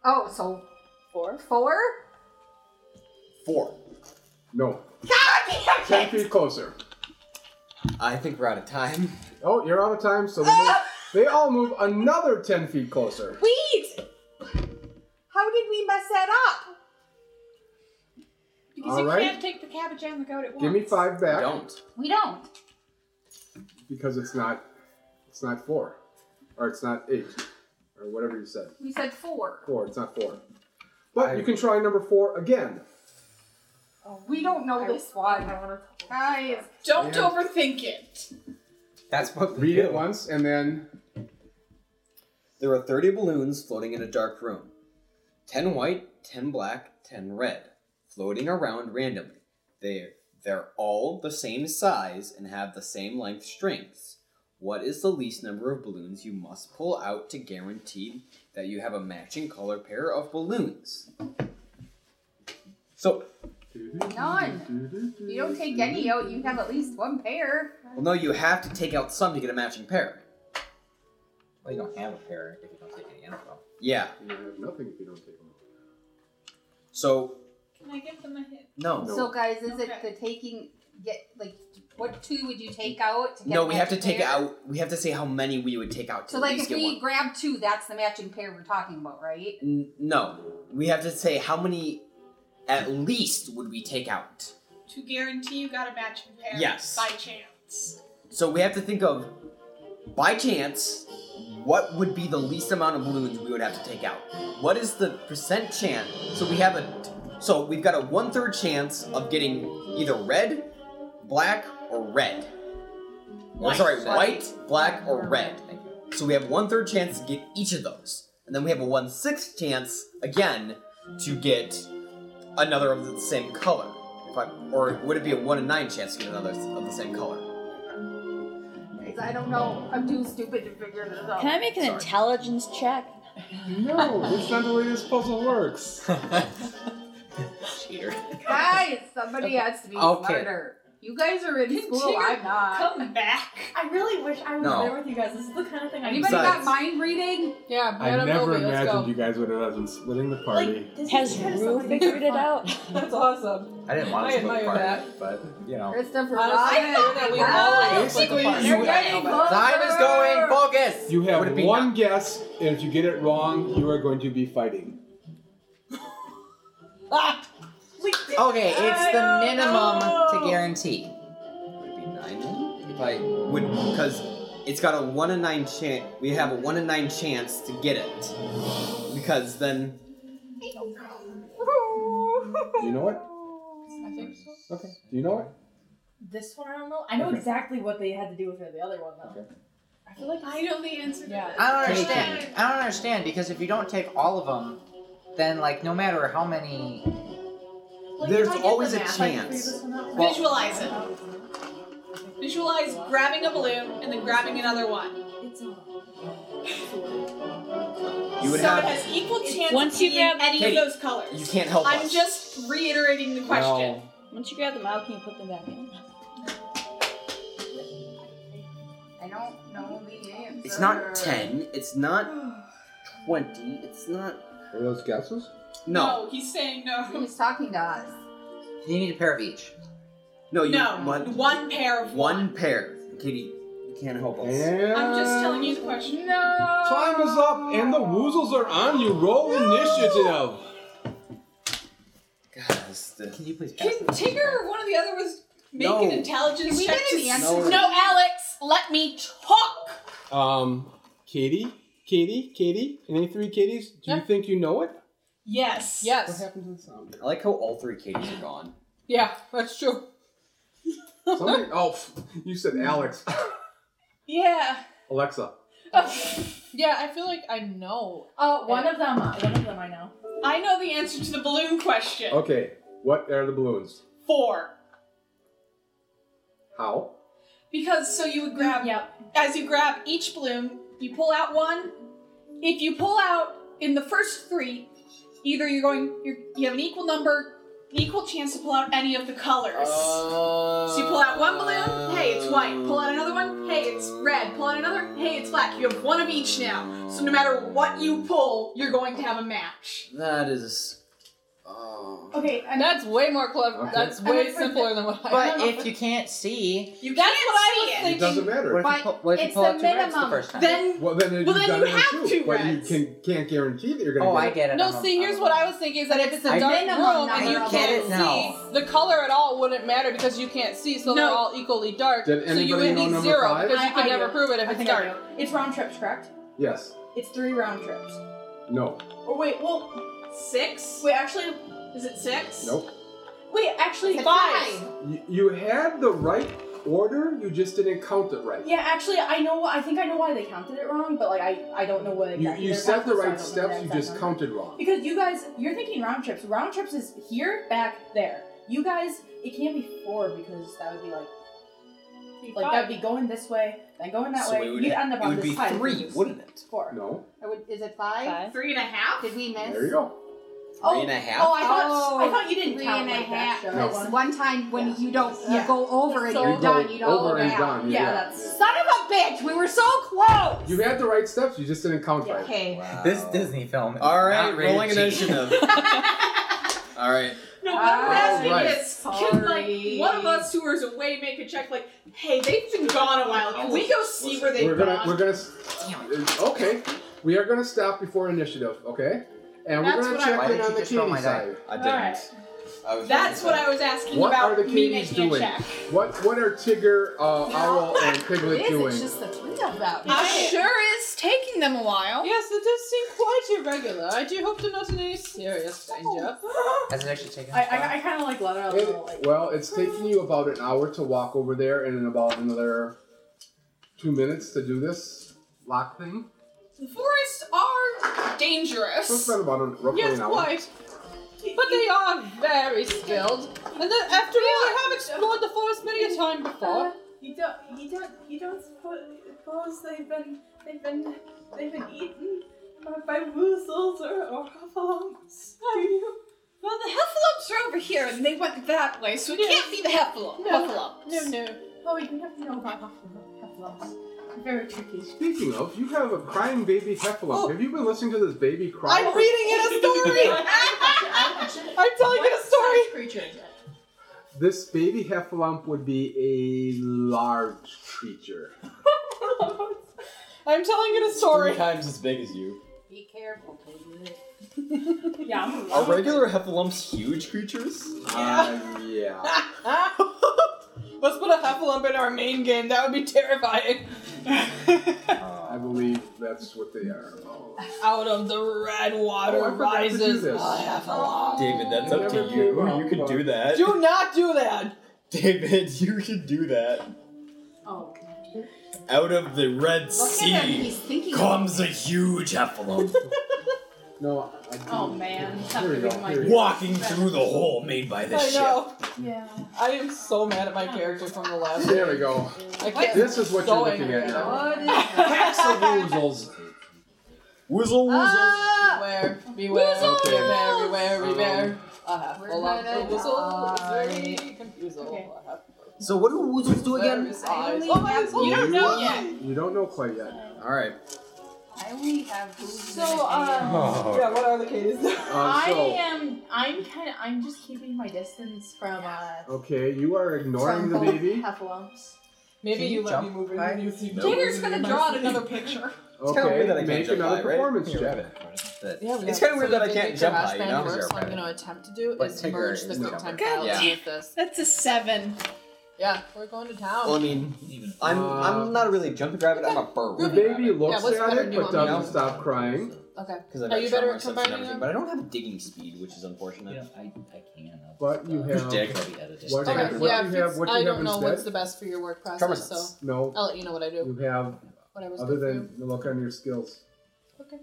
[SPEAKER 7] Oh, so
[SPEAKER 12] Four.
[SPEAKER 7] four.
[SPEAKER 4] Four.
[SPEAKER 5] No.
[SPEAKER 7] God damn
[SPEAKER 5] Ten
[SPEAKER 7] it!
[SPEAKER 5] feet closer.
[SPEAKER 4] I think we're out of time.
[SPEAKER 5] Oh, you're out of time, so they, move,
[SPEAKER 7] Ah!
[SPEAKER 5] they all move another 10 feet closer.
[SPEAKER 7] Wait! How did we mess that up?
[SPEAKER 6] Because
[SPEAKER 5] All
[SPEAKER 6] you
[SPEAKER 5] right.
[SPEAKER 6] can't take the cabbage and the goat at once.
[SPEAKER 5] Give me five
[SPEAKER 4] I
[SPEAKER 5] back
[SPEAKER 4] don't.
[SPEAKER 7] We don't.
[SPEAKER 5] because it's not it's not four. Or it's not eight. Or whatever you said.
[SPEAKER 7] We said four.
[SPEAKER 5] Four, it's not four. But you can try number four again.
[SPEAKER 7] Oh, We don't know this one. Guys.
[SPEAKER 6] Don't
[SPEAKER 5] Yeah.
[SPEAKER 6] overthink it.
[SPEAKER 4] That's what we
[SPEAKER 5] Read
[SPEAKER 4] do.
[SPEAKER 5] it once and then
[SPEAKER 4] There were 30 balloons floating in a dark room 10 white, 10 black, 10 red, floating around randomly. They, they're all the same size and have the same length strings. What is the least number of balloons you must pull out to guarantee that you have a matching color pair of balloons? So,
[SPEAKER 7] None. You don't take any out. You have at least one pair.
[SPEAKER 4] well, no, you have to take out some to get a matching pair.
[SPEAKER 3] Well, you don't have a pair if you don't take any info.
[SPEAKER 4] Yeah.
[SPEAKER 14] You have nothing if you don't take them.
[SPEAKER 4] So,
[SPEAKER 6] Can I give them a hit?
[SPEAKER 4] no.
[SPEAKER 7] So guys, is it
[SPEAKER 6] Okay.
[SPEAKER 7] the taking? Get like what two would you take out? To get
[SPEAKER 4] No, we have to
[SPEAKER 7] matching
[SPEAKER 4] take
[SPEAKER 7] pair?
[SPEAKER 4] out. We have to say how many we would take out to
[SPEAKER 7] So
[SPEAKER 4] at
[SPEAKER 7] like
[SPEAKER 4] least
[SPEAKER 7] if
[SPEAKER 4] get
[SPEAKER 7] we
[SPEAKER 4] one.
[SPEAKER 7] grab two, that's the matching pair we're talking about, right?
[SPEAKER 4] N- no, we have to say how many, at least, would we take out.
[SPEAKER 6] To guarantee you got a matching pair.
[SPEAKER 4] Yes.
[SPEAKER 6] By chance.
[SPEAKER 4] So we have to think of, by chance, what would be the least amount of balloons we would have to take out? What is the percent chance? So we have a, so we've got a one third chance of getting either red, black, or red. Or,
[SPEAKER 3] White.
[SPEAKER 4] sorry, white, black, or red. So we have one third chance to get each of those, and then we have a one sixth chance again to get another of the same color. If I, or would it be a one in nine chance to get another of the same color?
[SPEAKER 7] Guys, I don't know. I'm too stupid to figure this
[SPEAKER 11] Oh,
[SPEAKER 7] out.
[SPEAKER 10] Can I make an intelligence check?
[SPEAKER 14] No, that's not the way this puzzle works.
[SPEAKER 3] Cheater.
[SPEAKER 7] Guys, somebody has to be
[SPEAKER 3] Okay.
[SPEAKER 7] smarter. You guys are in school.
[SPEAKER 6] Cheater,
[SPEAKER 7] I'm not.
[SPEAKER 6] Come back.
[SPEAKER 11] I really wish I was
[SPEAKER 14] No.
[SPEAKER 11] there with you guys. This is the kind of thing I
[SPEAKER 7] Anybody got
[SPEAKER 14] Besides-
[SPEAKER 7] mind reading?
[SPEAKER 8] Yeah,
[SPEAKER 14] I never imagined you guys would have been splitting the party.
[SPEAKER 10] Has Rue figured it out?
[SPEAKER 11] That's awesome.
[SPEAKER 3] I didn't want to
[SPEAKER 11] I admire
[SPEAKER 3] split the party,
[SPEAKER 11] that.
[SPEAKER 3] but you know.
[SPEAKER 7] Christopher
[SPEAKER 11] Honestly,
[SPEAKER 7] Robin.
[SPEAKER 11] I thought that we
[SPEAKER 7] Wow.
[SPEAKER 11] all split the
[SPEAKER 7] Basically,
[SPEAKER 11] party.
[SPEAKER 7] you-
[SPEAKER 4] Time is going. Focus.
[SPEAKER 14] You
[SPEAKER 4] Would it
[SPEAKER 14] have
[SPEAKER 4] be
[SPEAKER 14] one guess, and if you get it wrong, you are going to be fighting.
[SPEAKER 4] Okay,
[SPEAKER 11] I
[SPEAKER 4] it's the
[SPEAKER 11] don't
[SPEAKER 4] minimum
[SPEAKER 11] know.
[SPEAKER 4] to guarantee. Would it be nine then? If I would, because it's got a one in nine chance. We have a one in nine chance to get it, because then
[SPEAKER 14] Do you know it?
[SPEAKER 8] I think so.
[SPEAKER 14] Okay. Do you know it?
[SPEAKER 11] This one I don't know. I know
[SPEAKER 14] Okay.
[SPEAKER 11] exactly what they had to do with it. The other one though. I feel like
[SPEAKER 6] I know the answer to
[SPEAKER 11] Yeah.
[SPEAKER 6] that.
[SPEAKER 3] I don't
[SPEAKER 4] Taking.
[SPEAKER 3] understand. I don't understand because if you don't take all of them, then like no matter how many,
[SPEAKER 11] Like,
[SPEAKER 4] There's
[SPEAKER 11] if I get
[SPEAKER 4] always
[SPEAKER 11] the
[SPEAKER 4] a
[SPEAKER 11] map, I can figure
[SPEAKER 4] chance.
[SPEAKER 11] this one out.
[SPEAKER 4] Well-
[SPEAKER 6] Visualize it. Visualize grabbing a balloon and then grabbing another one.
[SPEAKER 11] It's a-
[SPEAKER 4] you would
[SPEAKER 6] so it
[SPEAKER 4] have.
[SPEAKER 6] has equal chance
[SPEAKER 10] Once
[SPEAKER 6] of
[SPEAKER 10] you
[SPEAKER 6] being
[SPEAKER 10] grab-
[SPEAKER 6] any
[SPEAKER 4] Katie,
[SPEAKER 6] of those colors.
[SPEAKER 4] You can't help
[SPEAKER 6] I'm
[SPEAKER 4] us.
[SPEAKER 6] just reiterating the question.
[SPEAKER 10] Once you grab them out, can you put them back in?
[SPEAKER 7] I don't know the answer.
[SPEAKER 4] It's not ten. It's not twenty. It's not.
[SPEAKER 5] Are those guesses?
[SPEAKER 4] No,
[SPEAKER 6] he's saying
[SPEAKER 7] He
[SPEAKER 6] no.
[SPEAKER 7] was talking to us.
[SPEAKER 3] you need a pair of each.
[SPEAKER 4] no, you
[SPEAKER 6] No,
[SPEAKER 4] want
[SPEAKER 6] one pair of
[SPEAKER 4] one pair. Katie, you can't help
[SPEAKER 3] Eh?
[SPEAKER 4] us.
[SPEAKER 14] And
[SPEAKER 6] I'm just telling you the question.
[SPEAKER 7] No.
[SPEAKER 14] Time is up, and the woozles are on you. Roll initiative.
[SPEAKER 4] God, this, this-
[SPEAKER 3] Can you please pass
[SPEAKER 6] Can
[SPEAKER 3] this?
[SPEAKER 6] Tigger or one of the other was make
[SPEAKER 4] No.
[SPEAKER 6] an intelligence
[SPEAKER 7] Can we
[SPEAKER 6] check
[SPEAKER 7] get
[SPEAKER 6] to
[SPEAKER 7] an
[SPEAKER 6] s-
[SPEAKER 7] answer?
[SPEAKER 6] No, Alex, let me talk.
[SPEAKER 14] Um, Katie, Katie, Katie, any three Katies? Do you
[SPEAKER 8] Yeah.
[SPEAKER 14] think you know it?
[SPEAKER 6] Yes.
[SPEAKER 14] What
[SPEAKER 8] Yes.
[SPEAKER 14] happened to the sound?
[SPEAKER 4] I like how all three Katie's are gone.
[SPEAKER 8] Yeah, that's true.
[SPEAKER 14] Somebody,
[SPEAKER 5] Oh, you said Alex.
[SPEAKER 8] Yeah.
[SPEAKER 5] Alexa.
[SPEAKER 8] Yeah, I feel like I know.
[SPEAKER 11] Oh, one of them. One of them I know.
[SPEAKER 6] Uh, I know the answer to the balloon question.
[SPEAKER 14] okay.
[SPEAKER 5] What are the balloons?
[SPEAKER 6] Four.
[SPEAKER 5] How?
[SPEAKER 6] Because so you would grab
[SPEAKER 11] Yep.
[SPEAKER 6] as you grab each balloon, you pull out one. If you pull out in the first three, either you're going you're, you have an equal number, an equal chance to pull out any of the colors.
[SPEAKER 5] Uh,
[SPEAKER 14] Uh,
[SPEAKER 6] So you pull out one balloon, hey, it's white. Pull out another one, hey, it's red. Pull out another, hey, it's black. You have one of each now. So no matter what you pull, you're going to have a match.
[SPEAKER 4] That is. Oh.
[SPEAKER 11] Okay.
[SPEAKER 8] And that's way more clever.
[SPEAKER 14] Okay.
[SPEAKER 8] That's
[SPEAKER 11] And
[SPEAKER 8] way
[SPEAKER 11] then for
[SPEAKER 8] simpler than what I
[SPEAKER 3] But if you can't see,
[SPEAKER 6] You that's what I was
[SPEAKER 5] It doesn't
[SPEAKER 3] what
[SPEAKER 5] matter.
[SPEAKER 3] if you
[SPEAKER 7] But
[SPEAKER 3] pull, what if you
[SPEAKER 7] it's
[SPEAKER 3] pull
[SPEAKER 7] the
[SPEAKER 3] out two reds the
[SPEAKER 7] minimum.
[SPEAKER 3] first time?
[SPEAKER 6] Then
[SPEAKER 14] Well, then
[SPEAKER 6] Well,
[SPEAKER 14] you've
[SPEAKER 6] then
[SPEAKER 14] done
[SPEAKER 6] you
[SPEAKER 14] it in
[SPEAKER 6] have
[SPEAKER 14] two,
[SPEAKER 6] to,
[SPEAKER 14] but you
[SPEAKER 6] Rex.
[SPEAKER 14] can, can't guarantee that you're gonna
[SPEAKER 3] Oh, I
[SPEAKER 14] get
[SPEAKER 3] get it.
[SPEAKER 8] No,
[SPEAKER 3] I'm-
[SPEAKER 8] see, here's what I was thinking is that if it's a
[SPEAKER 3] I-
[SPEAKER 8] dark
[SPEAKER 7] Minimum
[SPEAKER 8] room and
[SPEAKER 7] number
[SPEAKER 8] you
[SPEAKER 7] of
[SPEAKER 8] can't
[SPEAKER 3] balloons.
[SPEAKER 8] see, the color at all wouldn't matter because you can't see, so they're
[SPEAKER 6] No.
[SPEAKER 8] all equally dark.
[SPEAKER 14] Did
[SPEAKER 8] so you
[SPEAKER 14] anybody
[SPEAKER 8] would
[SPEAKER 14] know
[SPEAKER 8] need
[SPEAKER 14] number
[SPEAKER 8] zero
[SPEAKER 14] five?
[SPEAKER 8] because you
[SPEAKER 11] I-
[SPEAKER 8] can
[SPEAKER 11] I
[SPEAKER 8] never
[SPEAKER 11] do.
[SPEAKER 8] prove it if
[SPEAKER 11] I
[SPEAKER 8] it's
[SPEAKER 11] think I
[SPEAKER 8] dark.
[SPEAKER 11] do. It's round trips, correct?
[SPEAKER 14] Yes.
[SPEAKER 11] It's three round trips.
[SPEAKER 14] No.
[SPEAKER 11] Or wait, well,
[SPEAKER 6] six.
[SPEAKER 11] wait. Actually,
[SPEAKER 6] Is it six?
[SPEAKER 14] Nope.
[SPEAKER 11] wait. Actually,
[SPEAKER 7] It's a
[SPEAKER 11] five.
[SPEAKER 7] five.
[SPEAKER 14] You, you had the right
[SPEAKER 5] order, you just didn't count it right.
[SPEAKER 12] Yeah, actually, I know. I think I know why they counted it wrong, but like I, I don't know what
[SPEAKER 5] You,
[SPEAKER 12] exactly.
[SPEAKER 5] you
[SPEAKER 12] their
[SPEAKER 5] said the
[SPEAKER 12] calculus
[SPEAKER 5] right
[SPEAKER 12] was, so I
[SPEAKER 5] steps,
[SPEAKER 12] don't
[SPEAKER 5] you
[SPEAKER 12] know the
[SPEAKER 5] just
[SPEAKER 12] exact number.
[SPEAKER 5] counted wrong.
[SPEAKER 12] Because you guys, you're thinking round trips. Round trips is here, back, there. You guys, it can't be four because that would be like, like that would be going this way, then going that
[SPEAKER 3] So
[SPEAKER 12] way.
[SPEAKER 3] we would
[SPEAKER 12] You'd
[SPEAKER 3] have-
[SPEAKER 12] end up
[SPEAKER 3] it
[SPEAKER 12] on
[SPEAKER 3] would
[SPEAKER 12] this
[SPEAKER 3] be
[SPEAKER 12] side.
[SPEAKER 3] three,
[SPEAKER 12] which is
[SPEAKER 3] wouldn't it?
[SPEAKER 12] Four.
[SPEAKER 5] No.
[SPEAKER 7] I would- Is it five?
[SPEAKER 15] Five.
[SPEAKER 7] Three and a half? Did we miss?
[SPEAKER 5] There you go.
[SPEAKER 12] Oh,
[SPEAKER 3] Three and a half?
[SPEAKER 12] Oh, I thought I thought you didn't
[SPEAKER 7] Three
[SPEAKER 12] count
[SPEAKER 7] and a
[SPEAKER 12] like that,
[SPEAKER 7] half.
[SPEAKER 12] Joe.
[SPEAKER 7] That's one time when you don't you
[SPEAKER 12] Yeah.
[SPEAKER 7] go over and
[SPEAKER 12] So-
[SPEAKER 7] you're
[SPEAKER 5] You go
[SPEAKER 7] done. You don't
[SPEAKER 5] over
[SPEAKER 7] go
[SPEAKER 5] and
[SPEAKER 7] down.
[SPEAKER 5] done,
[SPEAKER 12] Yeah,
[SPEAKER 5] yeah.
[SPEAKER 12] that's
[SPEAKER 7] Son of a bitch! We were so close.
[SPEAKER 5] You had the right steps, you just didn't count right.
[SPEAKER 7] Okay.
[SPEAKER 3] This Disney film. Is
[SPEAKER 4] All right,
[SPEAKER 3] not rated
[SPEAKER 4] rolling
[SPEAKER 3] G.
[SPEAKER 4] initiative. All right.
[SPEAKER 6] No,
[SPEAKER 7] Ah,
[SPEAKER 6] what I'm asking
[SPEAKER 5] Oh, right.
[SPEAKER 6] is, can like one of us who is away make a check? Like, hey, they've been gone a while. Can we go see where they've
[SPEAKER 5] We're gonna,
[SPEAKER 6] gone?
[SPEAKER 5] we're gonna. s- Okay, we are gonna stop before initiative. Okay, and
[SPEAKER 6] That's what
[SPEAKER 5] we're gonna
[SPEAKER 6] I-
[SPEAKER 5] check
[SPEAKER 6] Why
[SPEAKER 5] in
[SPEAKER 6] didn't
[SPEAKER 5] on
[SPEAKER 6] you
[SPEAKER 5] the
[SPEAKER 6] just roll
[SPEAKER 5] kitty
[SPEAKER 6] my die?
[SPEAKER 5] side.
[SPEAKER 4] I
[SPEAKER 6] All right.
[SPEAKER 4] I was
[SPEAKER 6] That's what I was asking
[SPEAKER 5] What
[SPEAKER 6] about
[SPEAKER 5] are the
[SPEAKER 6] me
[SPEAKER 5] kitties
[SPEAKER 6] making a
[SPEAKER 5] doing?
[SPEAKER 6] check.
[SPEAKER 5] What What are Tigger, uh,
[SPEAKER 7] No.
[SPEAKER 5] Owl, and
[SPEAKER 7] It
[SPEAKER 5] Piglet
[SPEAKER 7] is.
[SPEAKER 5] doing?
[SPEAKER 7] It's just the twins of that.
[SPEAKER 8] I'm
[SPEAKER 7] Right.
[SPEAKER 8] sure it's taking them a while.
[SPEAKER 6] Yes,
[SPEAKER 8] it does seem quite irregular. I do hope they're not in any serious danger.
[SPEAKER 3] Has it actually taken?
[SPEAKER 12] I, I, I kind of like let out a little like.
[SPEAKER 5] It- well, it's taking you about an hour to walk over there, and in about another two minutes to do this lock thing.
[SPEAKER 6] The forests are dangerous.
[SPEAKER 5] So it's been about an, roughly
[SPEAKER 8] Yes,
[SPEAKER 5] an hour.
[SPEAKER 8] quite. But they are very skilled. And then after all, they have explored the forest many a time
[SPEAKER 12] Uh,
[SPEAKER 8] before.
[SPEAKER 6] You don't, you don't, you don't suppose they've been, they've been, they've been eaten by woozles or, or huffalumps, do you?
[SPEAKER 12] Well, the heffalumps are over here, and they went that way, so it can't be the heffalump.
[SPEAKER 8] No, no, no.
[SPEAKER 12] Oh, you never know about heffalumps. Heffalumps. Very tricky.
[SPEAKER 5] Speaking of, you have a crying baby heffalump. Have you been listening to this baby cry?
[SPEAKER 8] I'm reading Oh. it a story! I'm telling it a story!
[SPEAKER 12] Creature is it?
[SPEAKER 5] This baby heffalump would be a large creature.
[SPEAKER 8] I'm telling it a story.
[SPEAKER 4] times as big as you.
[SPEAKER 7] Be careful, Piglet.
[SPEAKER 12] Yeah. I'm-
[SPEAKER 4] Are regular heffalumps huge creatures?
[SPEAKER 5] Uh, yeah.
[SPEAKER 8] Let's put a heffalump in our main game. That would be terrifying.
[SPEAKER 5] I believe that's what they are. Oh.
[SPEAKER 8] Out of the red water
[SPEAKER 5] Oh, I forgot to do
[SPEAKER 8] rises a
[SPEAKER 5] this.
[SPEAKER 8] heffalump.
[SPEAKER 4] David, that's up to you. You can do that.
[SPEAKER 8] Do not do that.
[SPEAKER 4] David, you can do that.
[SPEAKER 7] Oh.
[SPEAKER 4] Out of the Red
[SPEAKER 7] Look at him. He's
[SPEAKER 4] Sea
[SPEAKER 7] thinking.
[SPEAKER 4] comes a huge heffalump,
[SPEAKER 5] No. I
[SPEAKER 12] Oh man.
[SPEAKER 5] Here we go. Here we go.
[SPEAKER 4] walking through the hole made by the
[SPEAKER 8] I
[SPEAKER 4] ship.
[SPEAKER 8] know.
[SPEAKER 12] Yeah.
[SPEAKER 8] I am so mad at my character from the last
[SPEAKER 5] There we go.
[SPEAKER 8] I can't
[SPEAKER 5] This is what you're
[SPEAKER 8] going
[SPEAKER 5] looking at now.
[SPEAKER 7] What is that?
[SPEAKER 4] Packs of woozles. Woozle, woozle.
[SPEAKER 8] Uh,
[SPEAKER 7] Ah!
[SPEAKER 8] Beware, beware,
[SPEAKER 5] Woozles!
[SPEAKER 8] beware, beware, beware. I have
[SPEAKER 7] Where
[SPEAKER 8] a lot
[SPEAKER 7] did I
[SPEAKER 8] of whistle. It's very
[SPEAKER 7] die?
[SPEAKER 8] confusing.
[SPEAKER 12] Okay.
[SPEAKER 8] I have
[SPEAKER 4] So what do woozles do again?
[SPEAKER 8] various eyes.
[SPEAKER 7] only
[SPEAKER 8] Oh, my,
[SPEAKER 7] have
[SPEAKER 8] you don't
[SPEAKER 5] one.
[SPEAKER 8] know yet.
[SPEAKER 5] You don't know quite yet.
[SPEAKER 12] Um,
[SPEAKER 4] All right.
[SPEAKER 7] I only have booze.
[SPEAKER 8] So,
[SPEAKER 10] um,
[SPEAKER 8] uh,
[SPEAKER 4] Oh.
[SPEAKER 8] yeah, what are the cases?
[SPEAKER 5] Uh,
[SPEAKER 12] I
[SPEAKER 5] so,
[SPEAKER 12] am. I'm kind of. I'm just keeping my distance from. uh...
[SPEAKER 5] okay, you are ignoring
[SPEAKER 7] From
[SPEAKER 5] Oh, the
[SPEAKER 7] both
[SPEAKER 5] baby.
[SPEAKER 12] Heffalumps.
[SPEAKER 8] Maybe
[SPEAKER 3] Can you
[SPEAKER 8] you let me
[SPEAKER 3] jump
[SPEAKER 8] move in
[SPEAKER 3] by?
[SPEAKER 8] and you see.
[SPEAKER 6] Digger's gonna draw out another picture.
[SPEAKER 5] Okay, make another performance check.
[SPEAKER 8] Yeah, we
[SPEAKER 3] It's
[SPEAKER 8] have-
[SPEAKER 3] kinda weird
[SPEAKER 8] so
[SPEAKER 3] that I
[SPEAKER 8] the
[SPEAKER 3] can't
[SPEAKER 8] big
[SPEAKER 3] jump
[SPEAKER 8] crash
[SPEAKER 3] high, you
[SPEAKER 8] band
[SPEAKER 3] know?
[SPEAKER 8] works,
[SPEAKER 3] Yeah,
[SPEAKER 8] what I'm
[SPEAKER 3] right.
[SPEAKER 8] going to attempt to do
[SPEAKER 3] But
[SPEAKER 8] is
[SPEAKER 3] Tigger
[SPEAKER 8] merge
[SPEAKER 3] is
[SPEAKER 8] the quick time
[SPEAKER 3] jumping.
[SPEAKER 8] balance
[SPEAKER 4] Yeah.
[SPEAKER 8] with this.
[SPEAKER 6] That's a seven.
[SPEAKER 8] Yeah, we're going to town.
[SPEAKER 4] Well, I mean,
[SPEAKER 2] Even
[SPEAKER 4] I'm
[SPEAKER 5] Uh,
[SPEAKER 4] I'm not really a jumping rabbit. I'm a burrow
[SPEAKER 5] The
[SPEAKER 8] Ruby
[SPEAKER 5] baby
[SPEAKER 4] rabbit.
[SPEAKER 5] looks
[SPEAKER 8] what's
[SPEAKER 5] at
[SPEAKER 8] better
[SPEAKER 5] it
[SPEAKER 8] new
[SPEAKER 5] but
[SPEAKER 8] on
[SPEAKER 5] doesn't
[SPEAKER 8] me?
[SPEAKER 5] stop crying.
[SPEAKER 8] okay.
[SPEAKER 4] Because I've
[SPEAKER 8] Are
[SPEAKER 4] got
[SPEAKER 8] you better
[SPEAKER 4] trauma
[SPEAKER 8] at
[SPEAKER 4] sense and
[SPEAKER 8] combining
[SPEAKER 4] everything,
[SPEAKER 8] them?
[SPEAKER 4] but I don't have digging speed, which is unfortunate.
[SPEAKER 2] You know, I, I can. I'll
[SPEAKER 5] But
[SPEAKER 2] just,
[SPEAKER 5] you
[SPEAKER 2] uh,
[SPEAKER 5] have-
[SPEAKER 2] Dick will be edited.
[SPEAKER 5] What-
[SPEAKER 8] Okay,
[SPEAKER 5] Tigger, what
[SPEAKER 8] yeah,
[SPEAKER 5] do you
[SPEAKER 8] if
[SPEAKER 5] have- what do
[SPEAKER 8] I
[SPEAKER 5] you have
[SPEAKER 8] don't know
[SPEAKER 5] instead?
[SPEAKER 8] what's the best for your work
[SPEAKER 4] Common
[SPEAKER 8] process, so
[SPEAKER 4] sense.
[SPEAKER 5] No,
[SPEAKER 8] I'll let you know what I do.
[SPEAKER 5] you have
[SPEAKER 8] What I was
[SPEAKER 5] other
[SPEAKER 8] going
[SPEAKER 5] than
[SPEAKER 8] through.
[SPEAKER 5] the look on your skills.
[SPEAKER 8] Okay.